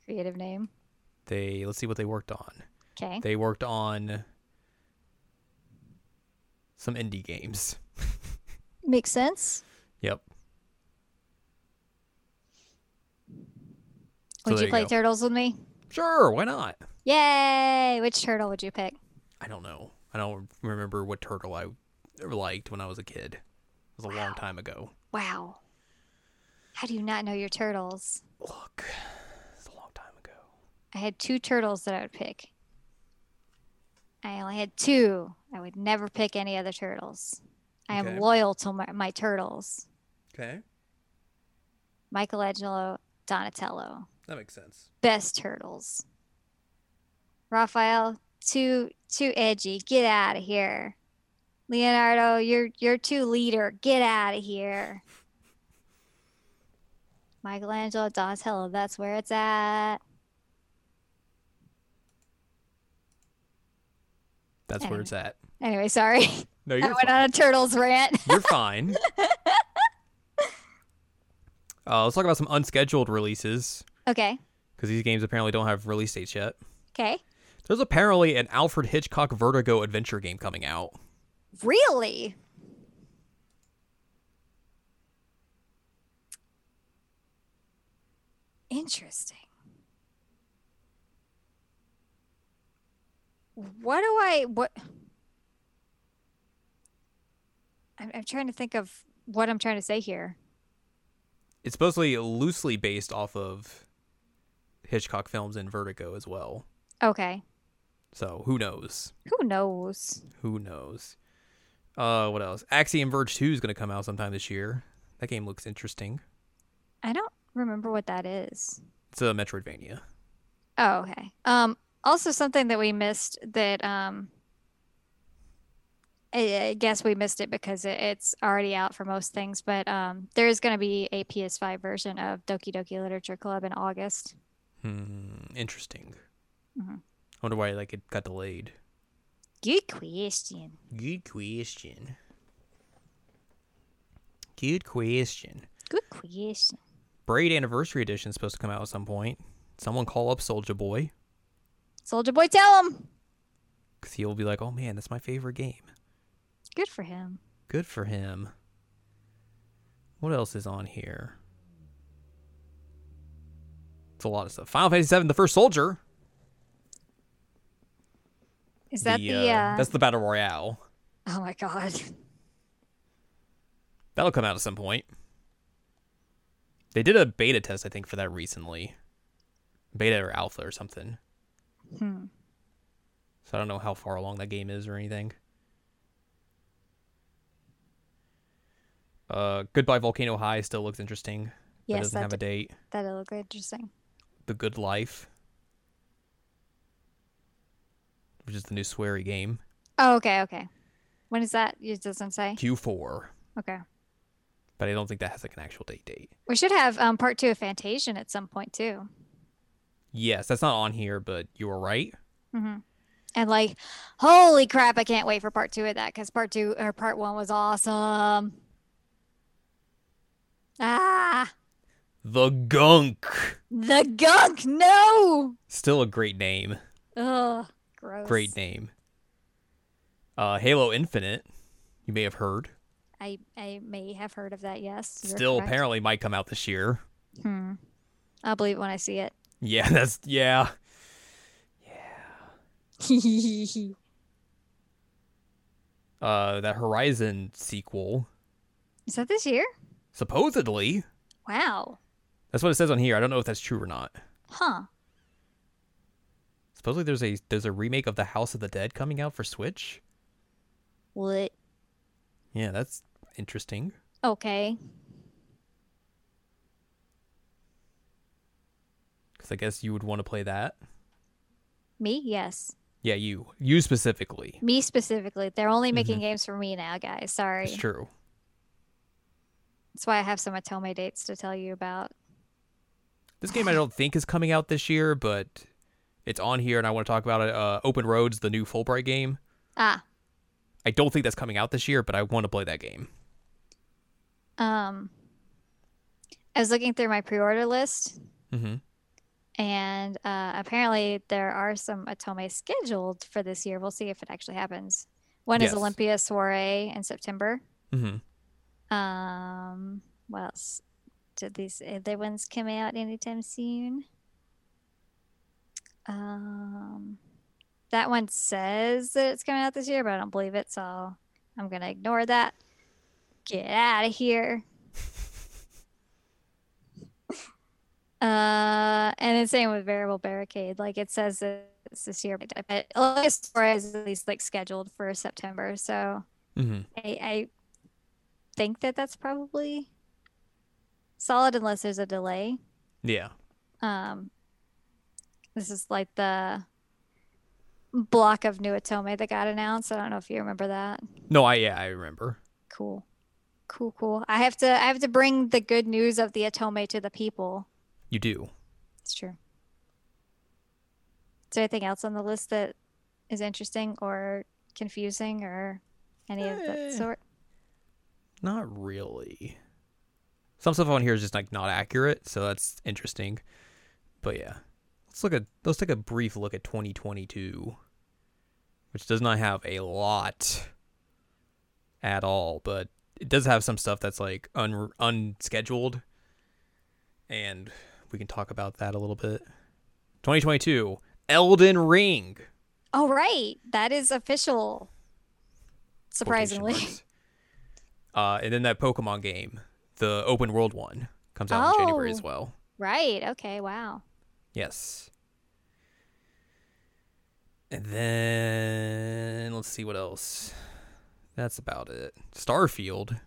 Speaker 2: creative name.
Speaker 1: They let's see what they worked on.
Speaker 2: Okay.
Speaker 1: They worked on some indie games.
Speaker 2: Makes sense.
Speaker 1: Yep. So
Speaker 2: Would
Speaker 1: there
Speaker 2: you play
Speaker 1: go.
Speaker 2: turtles with me?
Speaker 1: Sure, why not?
Speaker 2: Yay! Which turtle would you pick?
Speaker 1: I don't know. I don't remember what turtle I liked when I was a kid. It was a long time ago.
Speaker 2: Wow. How do you not know your turtles?
Speaker 1: Look, it's a long time ago.
Speaker 2: I had two turtles that I would pick. I only had two. I would never pick any other turtles. I am
Speaker 1: Okay.
Speaker 2: loyal to my, my turtles
Speaker 1: Okay,
Speaker 2: Michelangelo, Donatello.
Speaker 1: that makes sense.
Speaker 2: best turtles. Raphael, too too edgy. Get out of here. Leonardo, you're you're too leader. Get out of here. Michelangelo, Donatello, that's where it's at.
Speaker 1: That's where
Speaker 2: Anyway.
Speaker 1: it's at.
Speaker 2: Anyway, sorry.
Speaker 1: No,
Speaker 2: I
Speaker 1: you're
Speaker 2: went
Speaker 1: fine.
Speaker 2: on a turtles rant.
Speaker 1: You're fine. Uh, let's talk about some unscheduled releases
Speaker 2: Okay.
Speaker 1: because these games apparently don't have release dates yet.
Speaker 2: Okay.
Speaker 1: There's apparently an Alfred Hitchcock Vertigo adventure game coming out.
Speaker 2: Really? Interesting. What do I what I'm, I'm trying to think of what I'm trying to say here.
Speaker 1: It's supposedly loosely based off of Hitchcock films and Vertigo as well.
Speaker 2: Okay.
Speaker 1: So who knows?
Speaker 2: Who knows?
Speaker 1: Who knows? Uh, what else? Axiom Verge 2 is going to come out sometime this year. That game looks interesting.
Speaker 2: I don't remember what that is.
Speaker 1: It's a Metroidvania.
Speaker 2: Oh, okay. Um, also something that we missed that um, I, I guess we missed it because it, it's already out for most things, but um, there is going to be a PS5 version of Doki Doki Literature Club in August.
Speaker 1: Hmm, interesting.
Speaker 2: Mhm.
Speaker 1: I wonder why like it got delayed.
Speaker 2: Good question.
Speaker 1: Good question. Good question.
Speaker 2: Good question.
Speaker 1: Braid Anniversary Edition is supposed to come out at some point. Someone call up Soldier Boy
Speaker 2: Soldier Boy, tell him.
Speaker 1: because he'll be like, "Oh man, that's my favorite game."
Speaker 2: Good for him.
Speaker 1: Good for him. What else is on here? It's a lot of stuff. Final Fantasy VII: The First Soldier.
Speaker 2: Is that the? uh,
Speaker 1: That's the battle royale.
Speaker 2: Oh my God.
Speaker 1: That'll come out at some point. They did a beta test, I think, for that recently. Beta or alpha or something.
Speaker 2: Hmm.
Speaker 1: So I don't know how far along that game is or anything. Uh, Goodbye Volcano High still looks interesting. that
Speaker 2: Yes,
Speaker 1: doesn't
Speaker 2: that
Speaker 1: have a
Speaker 2: d-
Speaker 1: date.
Speaker 2: that'll look interesting.
Speaker 1: The Good Life, which is the new sweary game.
Speaker 2: Oh, okay, okay. When is that? It doesn't say.
Speaker 1: Q4,
Speaker 2: Okay.
Speaker 1: but I don't think that has like an actual date date.
Speaker 2: We should have um, part two of Fantasian at some point too.
Speaker 1: Yes, that's not on here, but you were right.
Speaker 2: hmm And like, holy crap! I can't wait for part two of that because part two or part one was awesome. Ah,
Speaker 1: The Gunk,
Speaker 2: the gunk. No.
Speaker 1: still a great name.
Speaker 2: Ugh, gross.
Speaker 1: Great name. Uh, Halo Infinite, you may have heard.
Speaker 2: I I may have heard of that. Yes. you're
Speaker 1: Still
Speaker 2: correct.
Speaker 1: apparently might come out this year.
Speaker 2: Hmm. I'll believe it when I see it.
Speaker 1: Yeah, that's yeah.
Speaker 2: Is
Speaker 1: Uh, that Horizon sequel
Speaker 2: that this year?
Speaker 1: supposedly.
Speaker 2: Wow.
Speaker 1: That's what it says on here. I don't know if that's true or not.
Speaker 2: Huh.
Speaker 1: Supposedly there's a there's a remake of The House of the Dead coming out for Switch.
Speaker 2: What?
Speaker 1: Yeah, that's interesting.
Speaker 2: Okay.
Speaker 1: Cuz I guess you would want to play that.
Speaker 2: Me? Yes.
Speaker 1: Yeah, you. You specifically.
Speaker 2: Me specifically. They're only making games for me now, guys. Sorry.
Speaker 1: It's Mm-hmm. true.
Speaker 2: That's why I have some Atome dates to tell you about.
Speaker 1: This game I don't think is coming out this year, but it's on here and I want to talk about it. Uh, Open Roads, the new Fulbright game.
Speaker 2: Ah.
Speaker 1: I don't think that's coming out this year, but I want to play that game.
Speaker 2: Um I was looking through my pre-order list
Speaker 1: Mhm.
Speaker 2: and uh apparently there are some Atome scheduled for this year. We'll see if it actually happens. One
Speaker 1: Yes.
Speaker 2: is Olympia Soiree in September.
Speaker 1: Mhm.
Speaker 2: Um what else? Did these other ones come out anytime soon? Um that one says that it's coming out this year, but I don't believe it, so I'm gonna ignore that. Get out of here. uh and it's same with variable barricade. Like it says that it's this year, but but August Aurora is at least like scheduled for September, so
Speaker 1: Mhm.
Speaker 2: I, I think that that's probably solid unless there's a delay.
Speaker 1: Yeah.
Speaker 2: Um, this is like the block of new Atome that got announced. I don't know if you remember that.
Speaker 1: No, I yeah, I remember.
Speaker 2: Cool, cool, cool. I have to I have to bring the good news of the Atome to the people.
Speaker 1: You do.
Speaker 2: It's true. Is there anything else on the list that is interesting or confusing or any of
Speaker 1: Eh.
Speaker 2: that sort?
Speaker 1: Not really. Some stuff on here is just like not accurate, so that's interesting. But yeah, let's look at let's take a brief look at 2022, which does not have a lot at all, but it does have some stuff that's like un- unscheduled, and we can talk about that a little bit. 2022, Elden Ring.
Speaker 2: Oh, right. That is official.
Speaker 1: quotation
Speaker 2: Surprisingly.
Speaker 1: marks. Uh, and then that Pokemon game, the open world one, comes out in January as
Speaker 2: Oh.
Speaker 1: well.
Speaker 2: Right. Okay. Wow.
Speaker 1: Yes. And then let's see what else. That's about it. Starfield.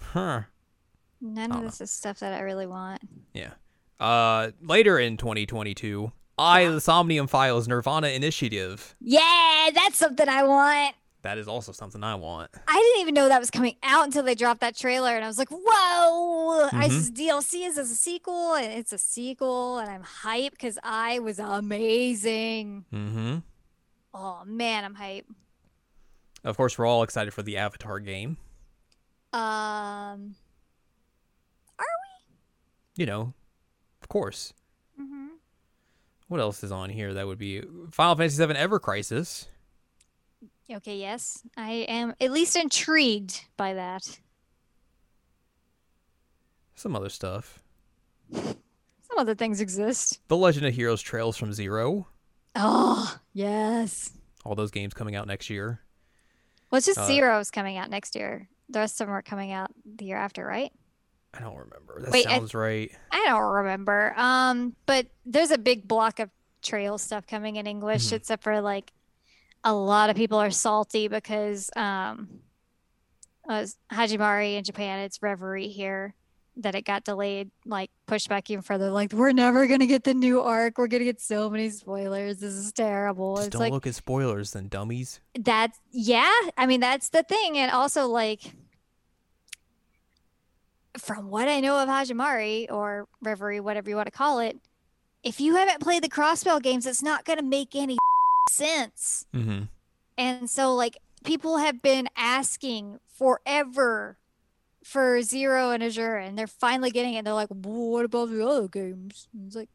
Speaker 1: Huh.
Speaker 2: None
Speaker 1: I
Speaker 2: of
Speaker 1: don't
Speaker 2: this is stuff that I really want.
Speaker 1: Yeah. Uh, later in 2022, I the Somnium Files Nirvana Initiative.
Speaker 2: Yeah, that's something I want.
Speaker 1: That is also something I want.
Speaker 2: I didn't even know that was coming out until they dropped that trailer, and I was like, "Whoa!
Speaker 1: Mm-hmm.
Speaker 2: I Is this DLC? Is this a sequel? And it's a sequel, and I'm hyped because I was amazing.
Speaker 1: Mm-hmm.
Speaker 2: Oh man, I'm hyped.
Speaker 1: Of course, we're all excited for the Avatar game.
Speaker 2: Um,
Speaker 1: you know, of course.
Speaker 2: mhm.
Speaker 1: What else is on here that would be Final Fantasy VII Ever Crisis?
Speaker 2: okay, yes, I am at least intrigued by that.
Speaker 1: Some other stuff.
Speaker 2: Some other things exist.
Speaker 1: The Legend of Heroes Trails from Zero.
Speaker 2: Oh yes.
Speaker 1: All those games coming out next year.
Speaker 2: Well, it's just
Speaker 1: Uh,
Speaker 2: zeros coming out next year. The rest of them are coming out the year after, right?
Speaker 1: I don't remember. That
Speaker 2: Wait, I-
Speaker 1: sounds right.
Speaker 2: I don't remember. Um, but there's a big block of trail stuff coming in English,
Speaker 1: Mhm.
Speaker 2: except for like a lot of people are salty because um uh, s- Hajimari in Japan, it's Reverie here that it got delayed, like pushed back even further. Like we're never gonna get the new arc. We're gonna get so many spoilers. This is terrible.
Speaker 1: Just
Speaker 2: it's
Speaker 1: don't
Speaker 2: like
Speaker 1: look at spoilers then, dummies.
Speaker 2: that's yeah. I mean that's the thing, and also like from what I know of Hajimari or Reverie, whatever you want to call it, if you haven't played the crossbell games, it's not gonna make any sense.
Speaker 1: Mm-hmm.
Speaker 2: And so, like, people have been asking forever for Zero and Azure, and they're finally getting it. They're like, "Well, what about the other games? And it's like,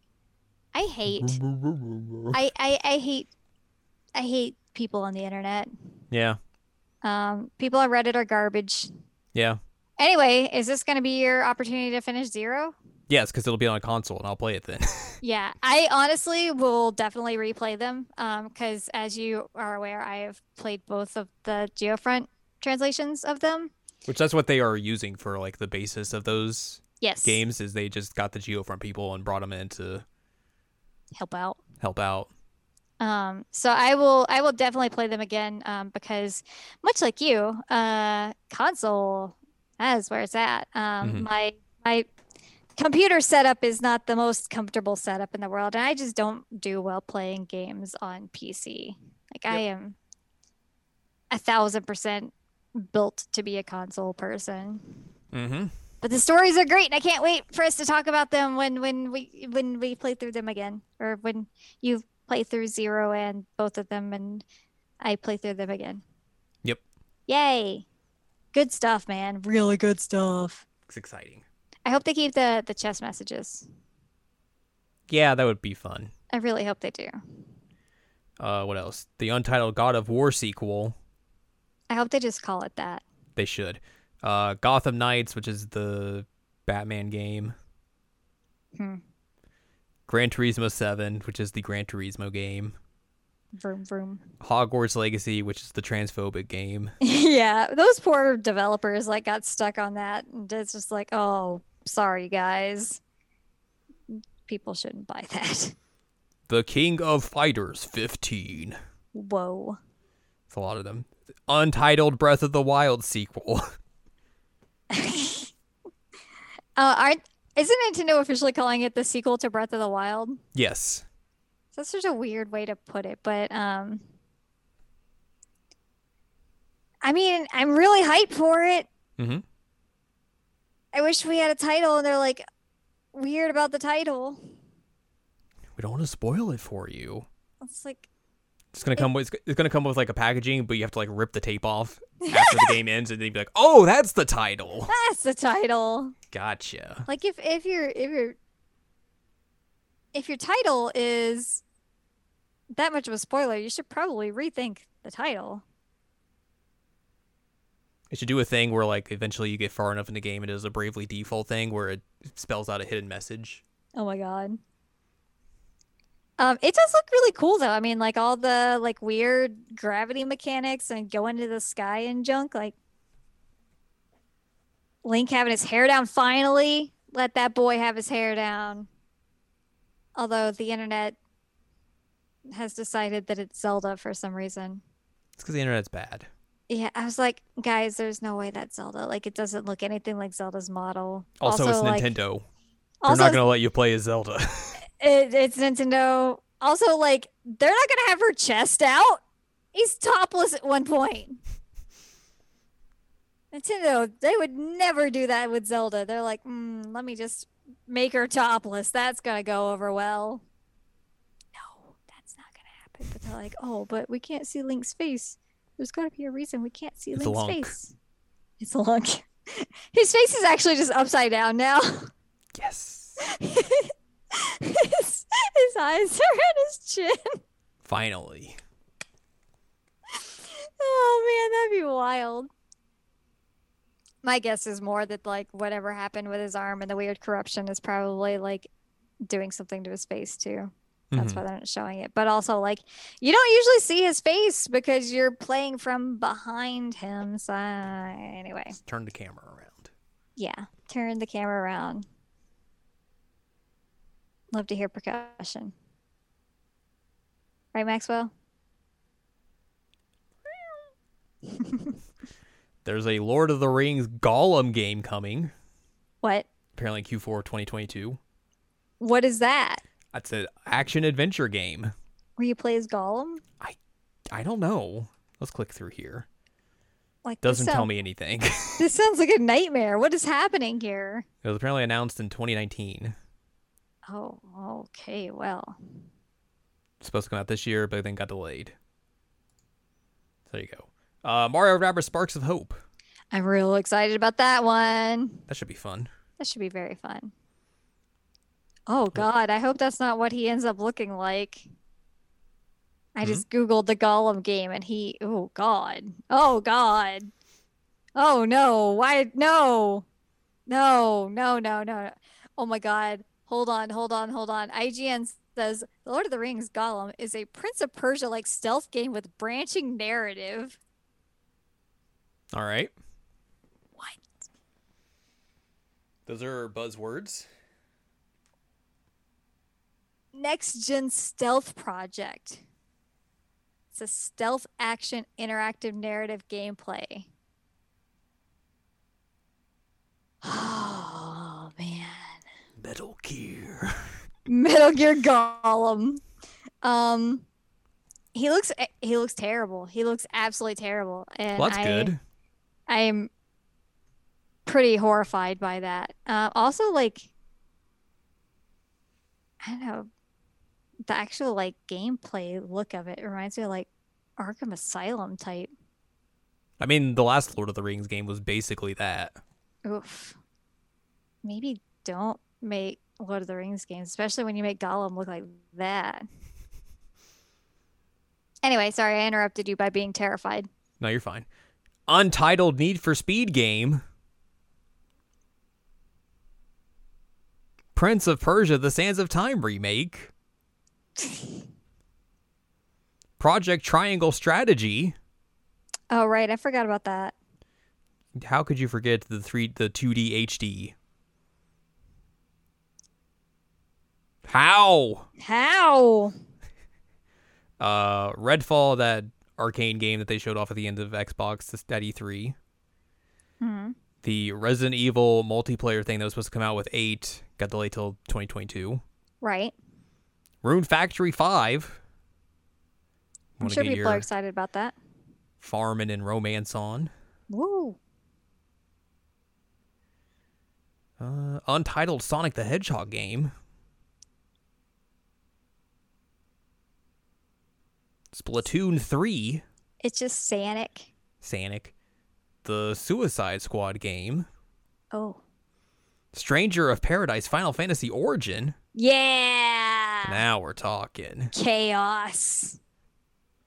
Speaker 2: I
Speaker 1: Mm-hmm.
Speaker 2: hate, I, I, I hate, I hate people on the internet.
Speaker 1: Yeah.
Speaker 2: Um, people on Reddit are garbage.
Speaker 1: Yeah.
Speaker 2: Anyway, is this going to be your opportunity to finish Zero?
Speaker 1: Yes, because it'll be on a console and I'll play it then.
Speaker 2: Yeah, I honestly will definitely replay them because, as you are aware, I have played both of the Geofront translations of them.
Speaker 1: Which that's what they are using for like the basis of those
Speaker 2: Yes.
Speaker 1: games is they just got the Geo from people and brought them in to
Speaker 2: help out.
Speaker 1: help out.
Speaker 2: Um, so I will I will definitely play them again um, because much like you, uh, console that is where it's at. Um,
Speaker 1: Mhm.
Speaker 2: My my computer setup is not the most comfortable setup in the world, and I just don't do well playing games on PC. Like I am a thousand percent built to be a console person.
Speaker 1: Mm-hmm.
Speaker 2: But the stories are great, and I can't wait for us to talk about them when when we when we play through them again, or when you play through Zero and both of them, and I play through them again.
Speaker 1: Yep.
Speaker 2: Yay! Good stuff, man. Really good stuff.
Speaker 1: It's exciting.
Speaker 2: I hope they keep the the chess messages.
Speaker 1: Yeah, that would be fun.
Speaker 2: I really hope they do.
Speaker 1: Uh, what else? The Untitled God of War sequel.
Speaker 2: I hope they just call it that.
Speaker 1: They should. Uh, Gotham Knights, which is the Batman game.
Speaker 2: Hmm.
Speaker 1: Gran Turismo 7, which is the Gran Turismo game.
Speaker 2: Vroom vroom.
Speaker 1: Hogwarts Legacy, which is the transphobic game.
Speaker 2: yeah, those poor developers like got stuck on that, and it's just like, oh, sorry guys, people shouldn't buy that.
Speaker 1: The King of Fighters 15.
Speaker 2: Whoa.
Speaker 1: It's a lot of them. Untitled Breath of the Wild sequel.
Speaker 2: Uh, aren't isn't Nintendo officially calling it the sequel to Breath of the Wild?
Speaker 1: yes.
Speaker 2: That's such a weird way to put it, but um, I mean, I'm really hyped for it.
Speaker 1: Mhm.
Speaker 2: I wish we had a title, and they're like weird about the title.
Speaker 1: We don't want to spoil it for you.
Speaker 2: It's like
Speaker 1: It's gonna come with it's gonna come with like a packaging, but you have to like rip the tape off after the game ends, and then you'd be like, "Oh, that's the title."
Speaker 2: that's the title.
Speaker 1: Gotcha.
Speaker 2: Like if if your if your if your title is that much of a spoiler, you should probably rethink the title.
Speaker 1: It should do a thing where like eventually you get far enough in the game, it does a bravely default thing where it spells out a hidden message.
Speaker 2: Oh my god. Um, it does look really cool though. I mean, like all the like weird gravity mechanics and going to the sky and junk, like Link having his hair down finally. Let that boy have his hair down. Although the internet has decided that it's Zelda for some reason.
Speaker 1: It's because the internet's bad.
Speaker 2: Yeah, I was like, guys, there's no way that's Zelda. Like it doesn't look anything like Zelda's model.
Speaker 1: Also, it's
Speaker 2: like,
Speaker 1: Nintendo. They're
Speaker 2: also
Speaker 1: not gonna let you play as Zelda.
Speaker 2: it, it's Nintendo. Also, like they're not gonna have her chest out. He's topless at one point. Nintendo, they would never do that with Zelda. They're like, mm, let me just make her topless. That's gonna go over well. No, that's not gonna happen. But they're like, oh, but we can't see Link's face. There's gotta be a reason we can't see
Speaker 1: It's a
Speaker 2: Link's
Speaker 1: lunk.
Speaker 2: face. It's a lunk. His face is actually just upside down now.
Speaker 1: yes.
Speaker 2: his, his eyes are in his chin.
Speaker 1: Finally.
Speaker 2: Oh man, that'd be wild. My guess is more that like whatever happened with his arm and the weird corruption is probably like doing something to his face too. That's
Speaker 1: Mhm.
Speaker 2: why they're not showing it. But also like you don't usually see his face because you're playing from behind him. So uh, anyway,
Speaker 1: Just turn the camera around.
Speaker 2: yeah. Turn the camera around. Love to hear percussion. Right, Maxwell?
Speaker 1: There's a Lord of the Rings Gollum game coming,
Speaker 2: What?
Speaker 1: apparently Q4 2022.
Speaker 2: What is that?
Speaker 1: That's an action adventure game.
Speaker 2: Where you play as Gollum?
Speaker 1: I don't know. Let's click through here.
Speaker 2: Like this
Speaker 1: Doesn't
Speaker 2: sound-
Speaker 1: tell me anything. it
Speaker 2: This sounds like a nightmare. What is happening here?
Speaker 1: was apparently announced in 2019.
Speaker 2: Oh, okay. Well,
Speaker 1: It's supposed to come out this year, but then got delayed. There you go. Uh, Mario Rabber Sparks of Hope.
Speaker 2: I'm real excited about that one.
Speaker 1: That should be fun.
Speaker 2: That should be very fun. Oh God, I hope that's not what he ends up looking like. I
Speaker 1: Hmm?
Speaker 2: just googled the Gollum game, and he. Oh God. Oh God. Oh no! Why no? No! No! No! No! no. Oh my God! Hold on! Hold on! Hold on! IGN says The Lord of the Rings Gollum is a Prince of Persia-like stealth game with branching narrative.
Speaker 1: All right.
Speaker 2: What?
Speaker 1: Those are buzzwords.
Speaker 2: Next Gen Stealth Project. It's a stealth action interactive narrative gameplay. Oh man.
Speaker 1: Metal Gear.
Speaker 2: Metal Gear Golem. Um he looks he looks terrible. He looks absolutely terrible. And
Speaker 1: Well, that's
Speaker 2: I,
Speaker 1: good.
Speaker 2: I am pretty horrified by that. Uh, also, like, I don't know, the actual like gameplay look of it reminds me of like Arkham Asylum type.
Speaker 1: I mean, the last Lord of the Rings game was basically that.
Speaker 2: Oof. Maybe don't make Lord of the Rings games, especially when you make Gollum look like that. Anyway, sorry I interrupted you by being terrified.
Speaker 1: No, you're fine. Untitled Need for Speed game. Prince of Persia: The Sands of Time remake. Project Triangle Strategy.
Speaker 2: Oh right, I forgot about that.
Speaker 1: How could you forget the three the two D HD? How?
Speaker 2: How?
Speaker 1: Uh, Redfall, that arcane game that they showed off at the end of Xbox this- at E E3.
Speaker 2: Hmm.
Speaker 1: The Resident Evil multiplayer thing that was supposed to come out with eight got delayed till 2022.
Speaker 2: Right.
Speaker 1: Rune Factory Five.
Speaker 2: I'm
Speaker 1: Want
Speaker 2: sure
Speaker 1: to get
Speaker 2: people are
Speaker 1: your
Speaker 2: excited about that.
Speaker 1: farming and romance on?
Speaker 2: Woo.
Speaker 1: Uh, untitled Sonic the Hedgehog game. Splatoon 3,
Speaker 2: It's just Sanic.
Speaker 1: Sonic. The Suicide Squad game.
Speaker 2: Oh.
Speaker 1: Stranger of Paradise Final Fantasy Origin.
Speaker 2: Yeah.
Speaker 1: Now we're talking.
Speaker 2: Chaos.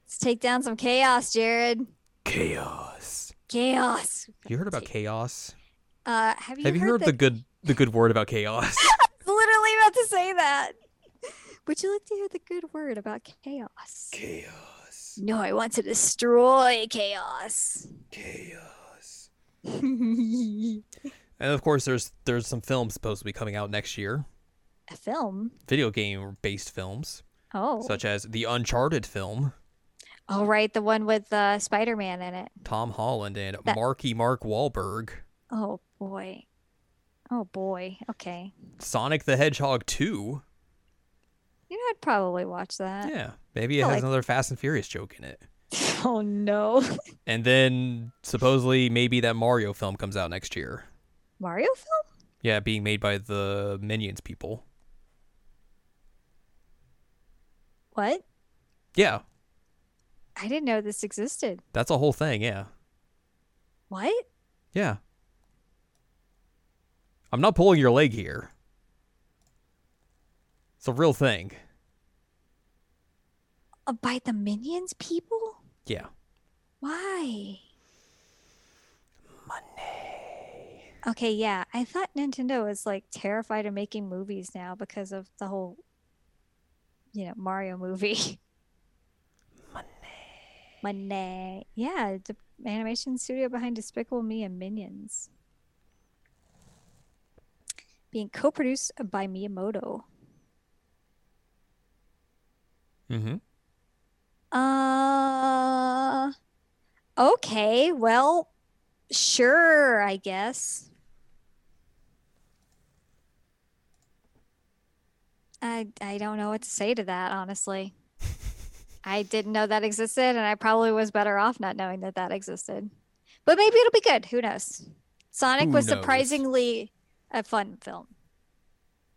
Speaker 2: Let's take down some chaos, Jared.
Speaker 1: Chaos.
Speaker 2: Chaos.
Speaker 1: You heard about chaos?
Speaker 2: Uh, have you
Speaker 1: Have you heard the
Speaker 2: that-
Speaker 1: good the good word about chaos?
Speaker 2: Literally about to say that. Would you like to hear the good word about chaos?
Speaker 1: chaos.
Speaker 2: No, I want to destroy chaos.
Speaker 1: Chaos.
Speaker 2: A
Speaker 1: And of course there's there's some films supposed to be coming out next year.
Speaker 2: film.
Speaker 1: Video game based films.
Speaker 2: Oh.
Speaker 1: such as the Uncharted film,
Speaker 2: oh, right. The one with uh, Spider Man in it.
Speaker 1: Tom Holland and
Speaker 2: That-
Speaker 1: Marky Mark Wahlberg,
Speaker 2: Oh, boy. Oh, boy. Okay.
Speaker 1: Sonic the Hedgehog 2.
Speaker 2: You know, I'd probably watch that.
Speaker 1: Yeah, maybe it
Speaker 2: I
Speaker 1: has
Speaker 2: like-
Speaker 1: another Fast and Furious joke in it.
Speaker 2: Oh no.
Speaker 1: And then supposedly maybe that Mario film comes out next year.
Speaker 2: Mario film?
Speaker 1: Yeah, being made by the Minions people.
Speaker 2: What?
Speaker 1: Yeah,
Speaker 2: I didn't know this existed.
Speaker 1: that's a whole thing, yeah.
Speaker 2: What?
Speaker 1: Yeah. I'm not pulling your leg here. It's a real thing.
Speaker 2: Uh, by the minions people?
Speaker 1: Yeah.
Speaker 2: Why? Money. Okay, yeah. I thought Nintendo was like terrified of making movies now because of the whole you know, Mario movie. Money. Money. Yeah, the animation studio behind Despicable Me and Minions. Being co-produced by Miyamoto.
Speaker 1: Mm-hmm.
Speaker 2: Uh, okay. Well, Sure, I guess. I I don't know what to say to that, honestly. I didn't know that existed, and I probably was better off not knowing that that existed. But maybe it'll be good. Who knows? Sonic
Speaker 1: Who
Speaker 2: was
Speaker 1: knows?
Speaker 2: surprisingly a fun film.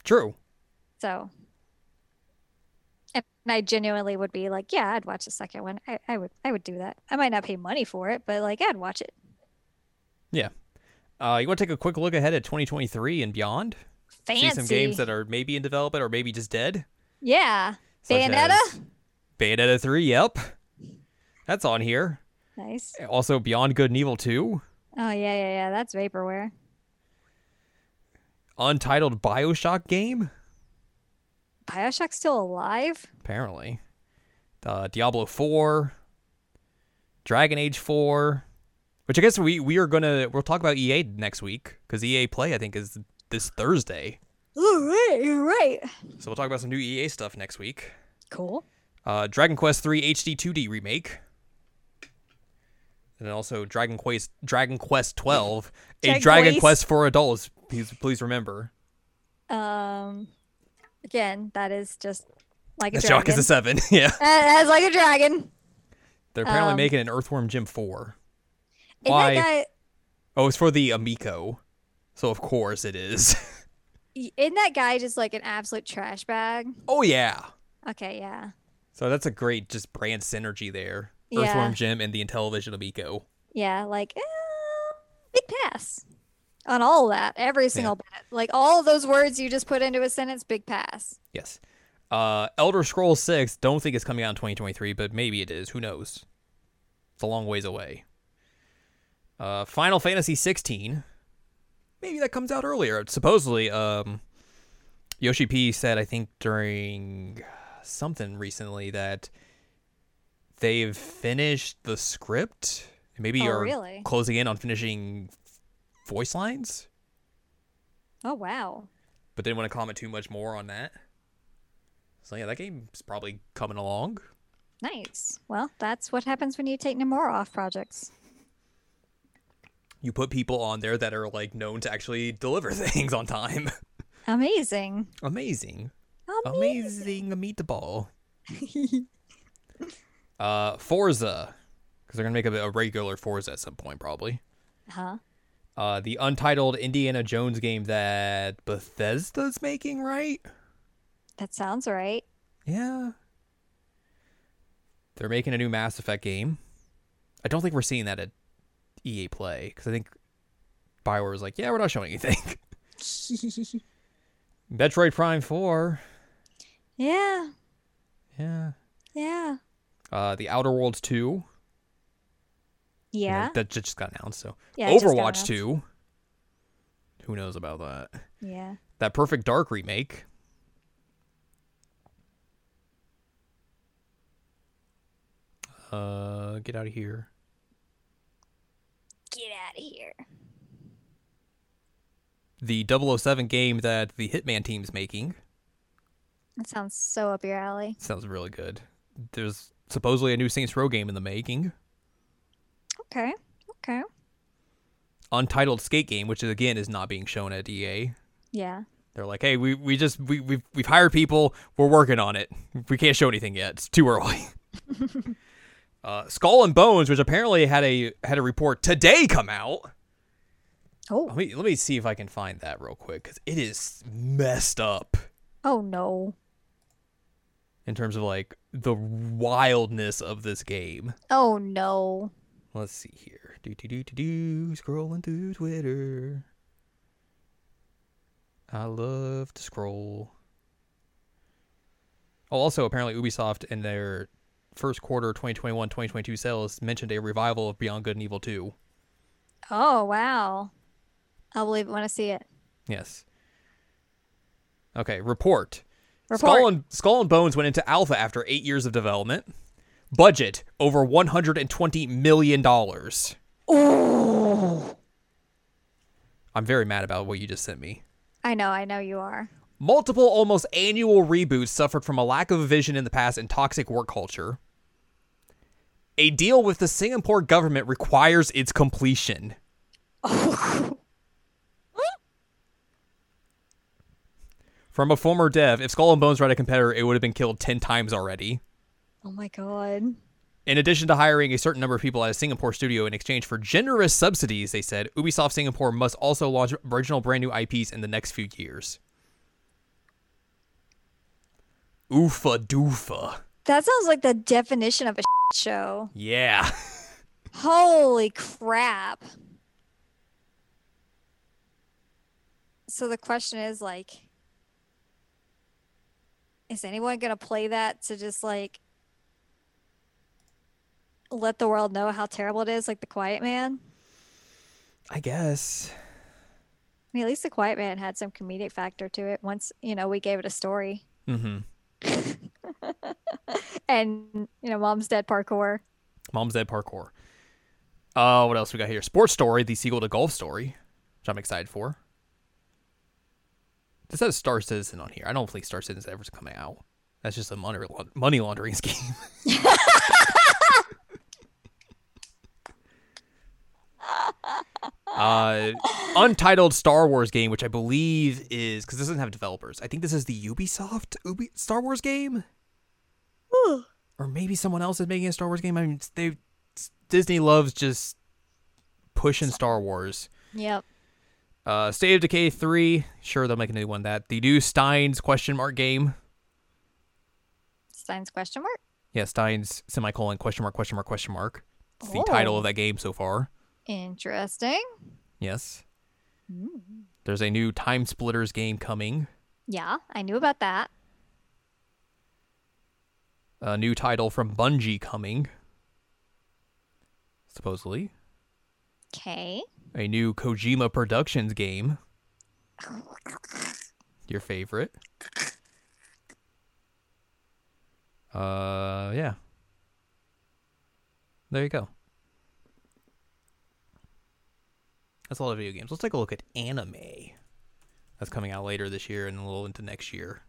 Speaker 1: True.
Speaker 2: So, and I genuinely would be like, yeah, I'd watch the second one. I, I would, I would do that. I might not pay money for it, but like, I'd watch it.
Speaker 1: Uh, you want to take a quick look ahead at 2023 and beyond?
Speaker 2: Fancy.
Speaker 1: See some games that are maybe in development or maybe just dead.
Speaker 2: yeah.
Speaker 1: such
Speaker 2: Bayonetta?
Speaker 1: as Bayonetta 3, yep. That's on here.
Speaker 2: Nice.
Speaker 1: Also, Beyond Good and Evil 2.
Speaker 2: Oh yeah, yeah, yeah. That's vaporware.
Speaker 1: Untitled Bioshock game,
Speaker 2: Bioshock's still alive.
Speaker 1: apparently. Uh, Diablo 4. Dragon Age 4. Which I guess we, we are going to, we'll talk about EA next week because EA Play, I think, is this Thursday.
Speaker 2: All right, you're right.
Speaker 1: So we'll talk about some new EA stuff next week.
Speaker 2: Cool.
Speaker 1: Uh, Dragon Quest 3 HD 2D remake. And also Dragon Quest Dragon Quest 12, a
Speaker 2: Dragon
Speaker 1: Dragon
Speaker 2: Quest.
Speaker 1: Quest for adults. Please, please remember.
Speaker 2: Um, again, that is just like a
Speaker 1: That's
Speaker 2: dragon.
Speaker 1: Jock is a 7. yeah.
Speaker 2: That's like a dragon.
Speaker 1: They're apparently
Speaker 2: Um,
Speaker 1: making an Earthworm Jim 4.
Speaker 2: Isn't
Speaker 1: Why?
Speaker 2: that
Speaker 1: Oh, it's for the Amico. So of course it is.
Speaker 2: guy? Isn't that guy just like an absolute trash bag?
Speaker 1: oh yeah.
Speaker 2: Okay, yeah.
Speaker 1: So that's a great just brand synergy there.
Speaker 2: Yeah.
Speaker 1: Earthworm Jim and the Intellivision Amico.
Speaker 2: Yeah, like eh, big pass on all that, every single bit. Like all those words you just put into a sentence, big pass.
Speaker 1: Yes. Uh, Elder Scrolls 6, don't think it's coming out in 2023, but maybe it is. Who knows? It's a long ways away. Uh, Final Fantasy 16. Maybe that comes out earlier. Supposedly, um, Yoshi P said, I think during something recently, that they've finished the script. and Maybe
Speaker 2: Oh,
Speaker 1: are
Speaker 2: really?
Speaker 1: closing in on finishing voice lines,
Speaker 2: Oh wow.
Speaker 1: but didn't want to comment too much more on that. So, yeah, that game's probably coming along.
Speaker 2: Nice. Well, that's what happens when you take Namora off projects.
Speaker 1: you put people on there that are like known to actually deliver things on time.
Speaker 2: Amazing.
Speaker 1: Amazing.
Speaker 2: Amazing.
Speaker 1: Amazing meatball. uh Forza cuz they're going to make a, a regular Forza at some point probably.
Speaker 2: Huh?
Speaker 1: Uh the untitled Indiana Jones game that Bethesda's making, right?
Speaker 2: That sounds right.
Speaker 1: Yeah. They're making a new Mass Effect game. I don't think we're seeing that at EA Play cuz I think BioWare was like, "Yeah, we're not showing anything." Metroid Prime 4.
Speaker 2: yeah.
Speaker 1: Yeah.
Speaker 2: Yeah.
Speaker 1: Uh, the Outer Worlds 2. you know,
Speaker 2: Yeah.
Speaker 1: That ju- just got announced. So
Speaker 2: Yeah, it just got
Speaker 1: Overwatch
Speaker 2: announced.
Speaker 1: 2. Who knows about that?
Speaker 2: Yeah.
Speaker 1: That Perfect Dark remake. Uh, get out of here.
Speaker 2: Get out of here.
Speaker 1: The 007 game that the Hitman team's making.
Speaker 2: That sounds so up your alley.
Speaker 1: Sounds really good. There's supposedly a new Saints Row game in the making.
Speaker 2: Okay. Okay.
Speaker 1: Untitled Skate game, which is, again is not being shown at EA.
Speaker 2: Yeah.
Speaker 1: They're like, hey, we, we just we we've we've hired people. We're working on it. We can't show anything yet. It's too early. uh, Skull and Bones, which apparently had a had a report today come out.
Speaker 2: Oh.
Speaker 1: Let me let me see if I can find that real quick because it is messed up
Speaker 2: Oh no.
Speaker 1: in terms of like the wildness of this game.
Speaker 2: Oh no.
Speaker 1: Let's see here. Do do do do do. Scrolling through Twitter. I love to scroll. Oh, also apparently Ubisoft in their first quarter 2021-2022 sales mentioned a revival of Beyond Good and Evil 2.
Speaker 2: Oh wow. I'll believe it when I see it.
Speaker 1: Yes. Okay, report. Skull
Speaker 2: Report.
Speaker 1: and, Skull and Bones went into alpha after 8 years of development. Budget over 120 million dollars.
Speaker 2: Ooh.
Speaker 1: I'm very mad about what you just sent me.
Speaker 2: I know, I know you are.
Speaker 1: Multiple almost annual reboots suffered from a lack of vision in the past and toxic work culture. A deal with the Singapore government requires its completion. From a former dev, if Skull and Bones were at a competitor, it would have been killed 10 times already.
Speaker 2: oh my god.
Speaker 1: In addition to hiring a certain number of people at a Singapore studio in exchange for generous subsidies, they said, Ubisoft Singapore must also launch original brand new IPs in the next few years. Oofa doofa.
Speaker 2: That sounds like the definition of a show.
Speaker 1: Yeah.
Speaker 2: Holy crap. So the question is like is anyone going to play that to just like let the world know how terrible it is like the quiet man?
Speaker 1: I guess.
Speaker 2: I mean, at least the Quiet Man had some comedic factor to it. Once you know, we gave it a story,
Speaker 1: Mm-hmm.
Speaker 2: and you know, Mom's Dead parkour.
Speaker 1: Mom's Dead Parkour. Uh, what else we got here? Sports Story, the sequel to Golf Story, which I'm excited for. This has Star Citizen on here. I don't think Star Citizen's ever coming out. That's just a money, laun- money laundering scheme. uh, untitled Star Wars game, which I believe is because this doesn't have developers. I think this is the Ubisoft Ubi- Star Wars game
Speaker 2: Ooh.
Speaker 1: or maybe someone else is making a Star Wars game. I mean, they Disney loves just pushing Star Wars.
Speaker 2: Yep.
Speaker 1: Uh, State of Decay three, sure they'll make a new one. That the new Steins question mark game.
Speaker 2: Stein's question mark.
Speaker 1: Yeah, Steins semicolon question mark question mark question mark. It's the title of that game so far.
Speaker 2: Interesting.
Speaker 1: Yes. There's a new Time Splitters game coming.
Speaker 2: Yeah, I knew about that.
Speaker 1: A new title from Bungie coming. Supposedly,
Speaker 2: Okay.
Speaker 1: a new Kojima Productions game. Your favorite. Uh, yeah. There you go. That's a lot of video games. Let's take a look at anime. That's coming out later this year and a little into next year.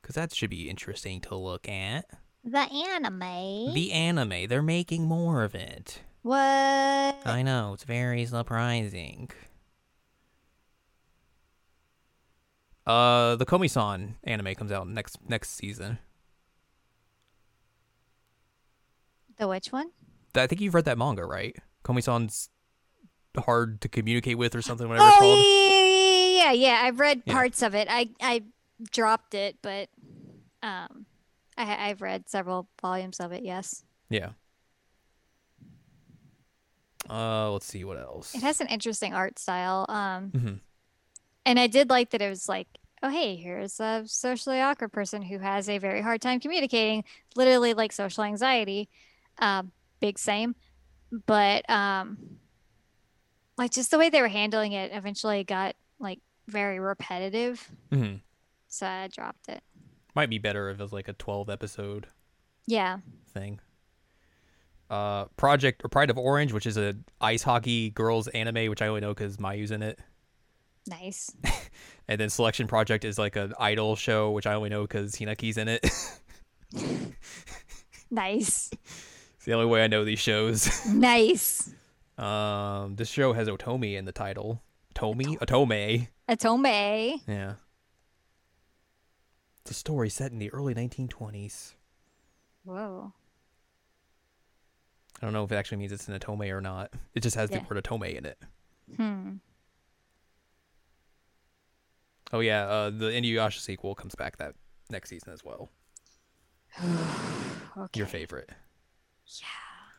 Speaker 1: Because that should be interesting to look at.
Speaker 2: The anime.
Speaker 1: The anime, they're making more of it.
Speaker 2: what?
Speaker 1: I know, it's very surprising. Uh, the Komi-san anime comes out next next season.
Speaker 2: the which one?
Speaker 1: I think you've read that manga, right? Komi-san's hard to communicate with or something, whatever it's called.
Speaker 2: oh yeah, yeah, yeah, yeah. I've read
Speaker 1: Yeah.
Speaker 2: parts of it. I I dropped it, but um, I I've read several volumes of it. Yes.
Speaker 1: Yeah. Uh, let's see what else.
Speaker 2: It has an interesting art style. Um,
Speaker 1: Mhm.
Speaker 2: And I did like that it was like, oh, hey, here's a socially awkward person who has a very hard time communicating, literally like social anxiety. Uh, big same. But um, like just the way they were handling it eventually got like very repetitive.
Speaker 1: hmm
Speaker 2: So I dropped it.
Speaker 1: Might be better if it was like a twelve episode
Speaker 2: Yeah.
Speaker 1: thing. Uh, Project or Pride of Orange, which is a ice hockey girls anime, which I only know because Mayu's in it.
Speaker 2: Nice.
Speaker 1: And then Selection Project is like an idol show, which I only know because Hinaki's in it. it's
Speaker 2: nice.
Speaker 1: the only way I know these shows.
Speaker 2: nice.
Speaker 1: um, this show has Otomi in the title. Tomi? Otome.
Speaker 2: Atome.
Speaker 1: Yeah. It's a story set in the early 1920s.
Speaker 2: Whoa.
Speaker 1: I don't know if it actually means it's an Otome or not. It just has
Speaker 2: Yeah.
Speaker 1: the word Otome in it.
Speaker 2: Hmm.
Speaker 1: Oh, yeah. Uh, the Inuyasha sequel comes back that next season as well.
Speaker 2: Okay.
Speaker 1: Your favorite. Yeah.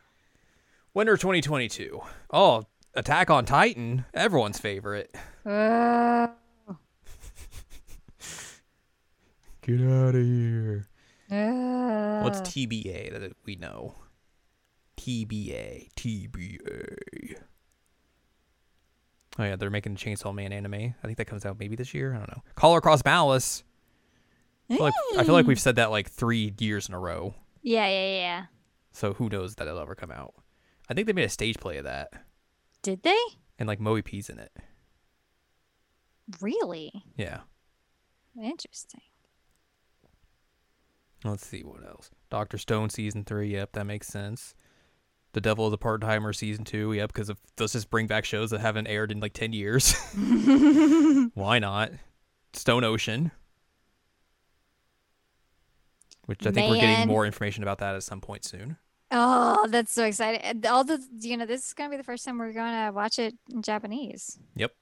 Speaker 1: Winter 2022. Oh, Attack on Titan. Everyone's favorite.
Speaker 2: Uh,
Speaker 1: Get out of here.
Speaker 2: uh.
Speaker 1: What's TBA that we know? TBA. TBA. Oh, yeah, they're making the Chainsaw Man anime. I think that comes out maybe this year. I don't know. Collar Cross Malice. I feel, like, I feel like we've said that like three years in a row.
Speaker 2: Yeah, yeah, yeah.
Speaker 1: So who knows that it'll ever come out. I think they made a stage play of that.
Speaker 2: Did they?
Speaker 1: And like Moe P's in it.
Speaker 2: Really?
Speaker 1: Yeah.
Speaker 2: Interesting.
Speaker 1: Let's see what else. Doctor Stone season three. Yep, that makes sense. The Devil is a Part Timer season two. Yep, because let's just bring back shows that haven't aired in like ten years. Why not? Stone Ocean. Which I think we're
Speaker 2: Man.
Speaker 1: getting more information about that at some point soon.
Speaker 2: oh, that's so exciting! And All the you know, this is gonna be the first time we're gonna watch it in Japanese.
Speaker 1: Yep.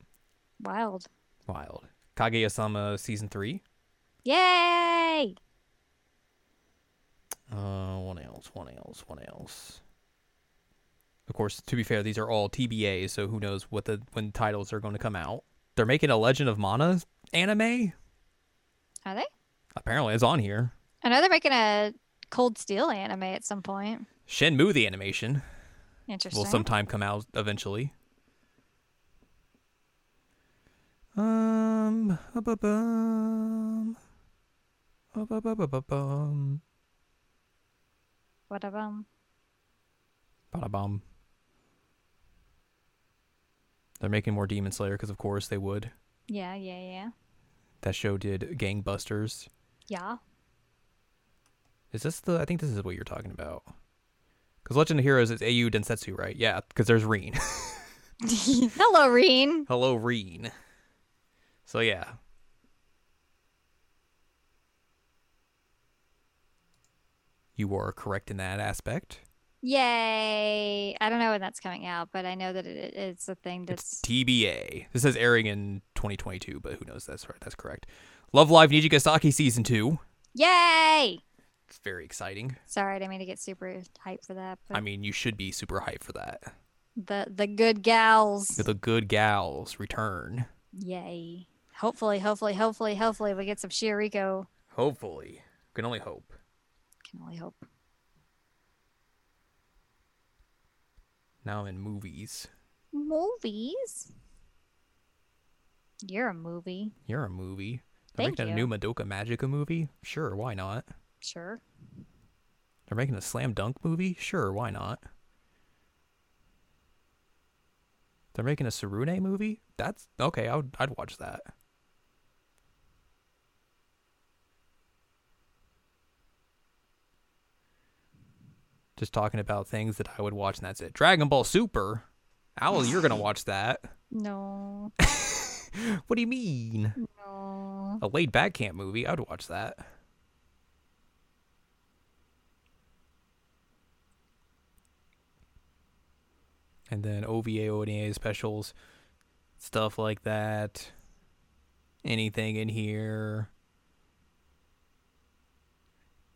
Speaker 2: Wild!
Speaker 1: Wild. Kaguya-sama season three.
Speaker 2: Yay!
Speaker 1: Uh, what else? What else? What else? Of course, to be fair, these are all TBAs, so who knows what the when titles are going to come out. They're making a Legend of Mana anime.
Speaker 2: Are they?
Speaker 1: Apparently, it's on here.
Speaker 2: I know they're making a Cold Steel anime at some point.
Speaker 1: Shenmue the animation
Speaker 2: Interesting.
Speaker 1: will sometime come out eventually. Um, ba-ba-bum. Ba-ba-ba-ba-bum.
Speaker 2: What of them?
Speaker 1: Bada-bum. They're making more Demon Slayer because, of course, they would.
Speaker 2: Yeah, yeah, yeah,
Speaker 1: That show did Gangbusters.
Speaker 2: yeah.
Speaker 1: Is this the? I think this is what you're talking about. Because Legend of Heroes is AU Densetsu, right? Yeah, because there's Reen.
Speaker 2: Hello, Reen.
Speaker 1: Hello, Reen. So yeah. You are correct in that aspect.
Speaker 2: Yay! I don't know when that's coming out, but I know that it, it's a thing that's.
Speaker 1: TBA. This says airing in 2022, but who knows? That's right. That's correct. Love Live Nijigasaki season two.
Speaker 2: Yay!
Speaker 1: It's very exciting.
Speaker 2: Sorry, I didn't mean to get super hyped for that. But
Speaker 1: I mean, you should be super hyped for that.
Speaker 2: the the good gals.
Speaker 1: The good gals return.
Speaker 2: Yay! Hopefully, hopefully, hopefully, hopefully, we get some Shiriko.
Speaker 1: Hopefully, can only hope.
Speaker 2: Can only hope.
Speaker 1: Now I'm in movies.
Speaker 2: Movies. You're a movie,
Speaker 1: You're a movie. They're
Speaker 2: Thank
Speaker 1: making a new
Speaker 2: you.
Speaker 1: Madoka Magica movie? Sure, why not?
Speaker 2: sure.
Speaker 1: They're making a slam dunk movie? Sure, why not? They're making a Sarune movie? That's okay, I would, I'd watch that. Just talking about things that I would watch, and that's it. Dragon Ball Super? Owl, you're gonna watch that.
Speaker 2: No,
Speaker 1: What do you mean?
Speaker 2: no.
Speaker 1: a laid back camp movie, I'd watch that. And then OVA, ODA E specials, stuff like that. Anything in here.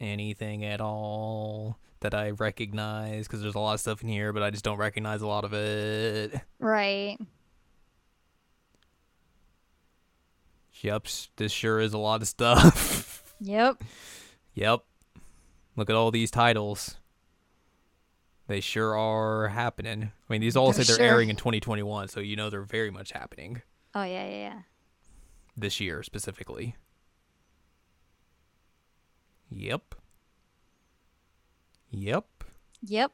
Speaker 1: Anything at all that I recognize, because there's a lot of stuff in here, but I just don't recognize a lot of it.
Speaker 2: Right.
Speaker 1: Yep, this sure is a lot of stuff.
Speaker 2: Yep.
Speaker 1: Yep. Look at all these titles. They sure are happening. I mean, these all
Speaker 2: They're
Speaker 1: say they're
Speaker 2: sure.
Speaker 1: airing in 2021, so you know they're very much happening
Speaker 2: Oh yeah, yeah, yeah.
Speaker 1: this year specifically. Yep. Yep.
Speaker 2: Yep.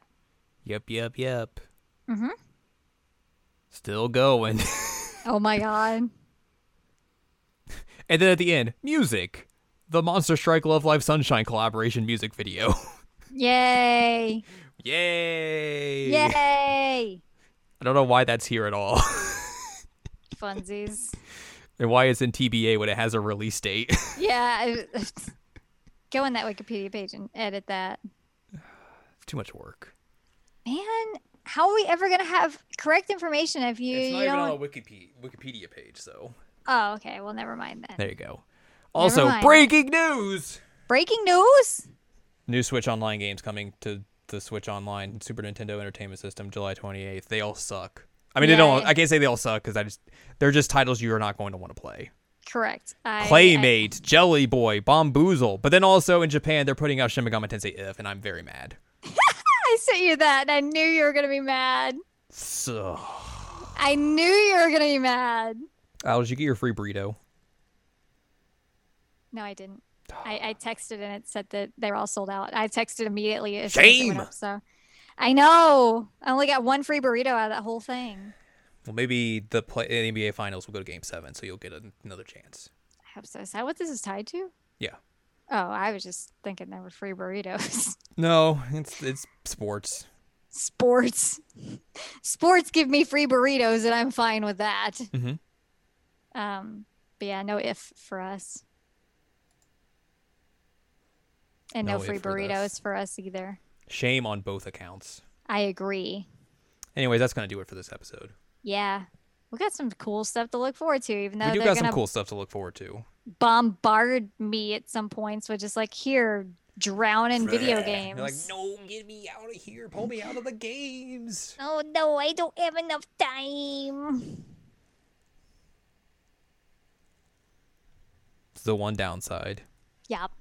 Speaker 1: Yep, yep, yep.
Speaker 2: Mhm.
Speaker 1: Still going.
Speaker 2: Oh my god.
Speaker 1: and then at the end, music. The Monster Strike Love Live Sunshine collaboration music video.
Speaker 2: Yay!
Speaker 1: Yay!
Speaker 2: Yay!
Speaker 1: I don't know why that's here at all.
Speaker 2: Funsies.
Speaker 1: and why it's in TBA when it has a release date.
Speaker 2: Yeah. I, go on that Wikipedia page and edit that.
Speaker 1: it's too much work.
Speaker 2: Man, how are we ever gonna have correct information if you, you don't?
Speaker 1: Wikipedia, Wikipedia page, so.
Speaker 2: Oh, okay. Well, never mind then.
Speaker 1: There you go. Also,
Speaker 2: mind.
Speaker 1: breaking news!
Speaker 2: Breaking news.
Speaker 1: New Switch Online games coming to the Switch Online Super Nintendo Entertainment System July 28th. They all suck. I mean, they don't.
Speaker 2: Yeah.
Speaker 1: I can't say they all suck because I just they're just titles you are not going to want to play.
Speaker 2: Correct. I, I,
Speaker 1: Playmate, Jelly Boy, Bomboozle, but then also in Japan they're putting out Shin Megami Tensei If, and I'm very mad.
Speaker 2: I sent you that, and I knew you were gonna be mad.
Speaker 1: So,
Speaker 2: I knew you were gonna be mad.
Speaker 1: Al, did you get your free burrito?
Speaker 2: No, I didn't. I, I texted and it said that they were all sold out. I texted immediately. As soon as it went
Speaker 1: Shame.
Speaker 2: up, so I know. I only got one free burrito out of that whole thing.
Speaker 1: Well, maybe the play, the NBA Finals will go to Game Seven, so you'll get an- another chance.
Speaker 2: I hope so. Is that what this is tied to?
Speaker 1: Yeah.
Speaker 2: Oh, I was just thinking there were free burritos.
Speaker 1: No, it's it's sports.
Speaker 2: sports. sports give me free burritos, and I'm fine with that.
Speaker 1: Mhm.
Speaker 2: Um, but yeah, no if for us, and no,
Speaker 1: No if
Speaker 2: free
Speaker 1: with
Speaker 2: burritos
Speaker 1: us.
Speaker 2: for us either.
Speaker 1: Shame on both accounts.
Speaker 2: I agree.
Speaker 1: Anyways, that's gonna do it for this episode.
Speaker 2: Yeah, we got some cool stuff to look forward to, even though
Speaker 1: we do
Speaker 2: Uh, they're
Speaker 1: got some
Speaker 2: gonna
Speaker 1: cool stuff to look forward to.
Speaker 2: bombard me at some points with just like here drown in video games.
Speaker 1: You're like, no, get me out of here. Pull me out of the games.
Speaker 2: Oh no, I don't have enough time.
Speaker 1: It's the one downside.
Speaker 2: Yep.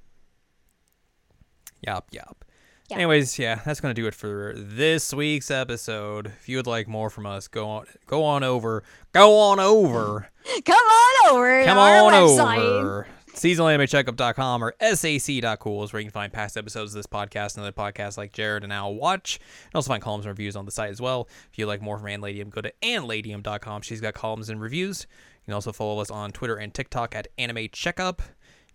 Speaker 1: Yop, yop.
Speaker 2: Yeah.
Speaker 1: Anyways, yeah, that's gonna do it for this week's episode. If you would like more from us, go on, go on over, go on over,
Speaker 2: Come on over. to
Speaker 1: come
Speaker 2: our
Speaker 1: on
Speaker 2: website.
Speaker 1: over. SeasonalAnimeCheckup.com or sac.cool is where you can find past episodes of this podcast and other podcasts like Jared and Al Watch. And also find columns and reviews on the site as well. If you'd like more from Ann Ladium, go to AnnLadium.com. She's got columns and reviews. You can also follow us on Twitter and TikTok at Anime Checkup.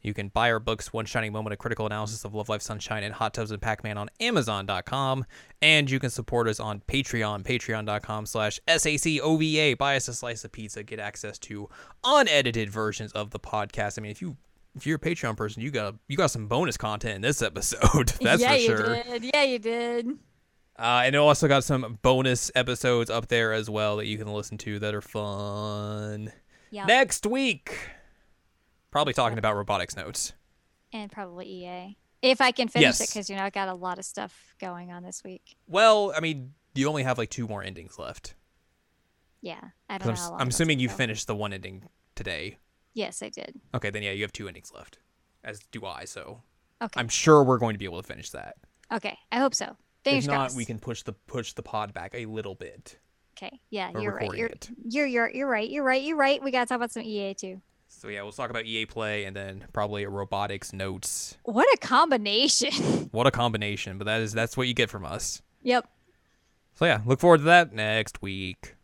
Speaker 1: You can buy our books, One Shining Moment, A Critical Analysis of Love, Life, Sunshine, and Hot Tubs and Pac-Man on Amazon.com. And you can support us on Patreon, patreon.com slash SACOVA. Buy us a slice of pizza. Get access to unedited versions of the podcast. I mean, if you if you're a Patreon person, you got you got some bonus content in this episode. That's
Speaker 2: yeah,
Speaker 1: for sure.
Speaker 2: you did. Yeah, you did.
Speaker 1: Uh, and it also got some bonus episodes up there as well that you can listen to that are fun.
Speaker 2: Yeah.
Speaker 1: Next week, probably talking about robotics notes.
Speaker 2: and probably EA. If I can finish it,
Speaker 1: Yes.
Speaker 2: because you know I got a lot of stuff going on this week.
Speaker 1: Well, I mean, you only have like two more endings left.
Speaker 2: Yeah,
Speaker 1: 'Cause I'm,
Speaker 2: I don't know. how
Speaker 1: s-
Speaker 2: long
Speaker 1: I'm
Speaker 2: it'll
Speaker 1: assuming
Speaker 2: take,
Speaker 1: you
Speaker 2: though.
Speaker 1: finished the one ending today.
Speaker 2: Yes, I did.
Speaker 1: Okay, then yeah, you have two endings left, as do I. So
Speaker 2: Okay.
Speaker 1: I'm sure we're going to be able to finish that.
Speaker 2: Okay, I hope so. Fingers
Speaker 1: if not,
Speaker 2: crossed.
Speaker 1: we can push the push the pod back a little bit.
Speaker 2: Okay. Yeah,
Speaker 1: We're
Speaker 2: you're right.
Speaker 1: recording
Speaker 2: You're,
Speaker 1: it.
Speaker 2: you're you're you're right. You're right. You're right. We gotta talk about some EA too.
Speaker 1: So yeah, we'll talk about EA Play and then probably a robotics notes.
Speaker 2: What a combination.
Speaker 1: What a combination! But that is that's what you get from us.
Speaker 2: yep.
Speaker 1: So yeah, look forward to that next week.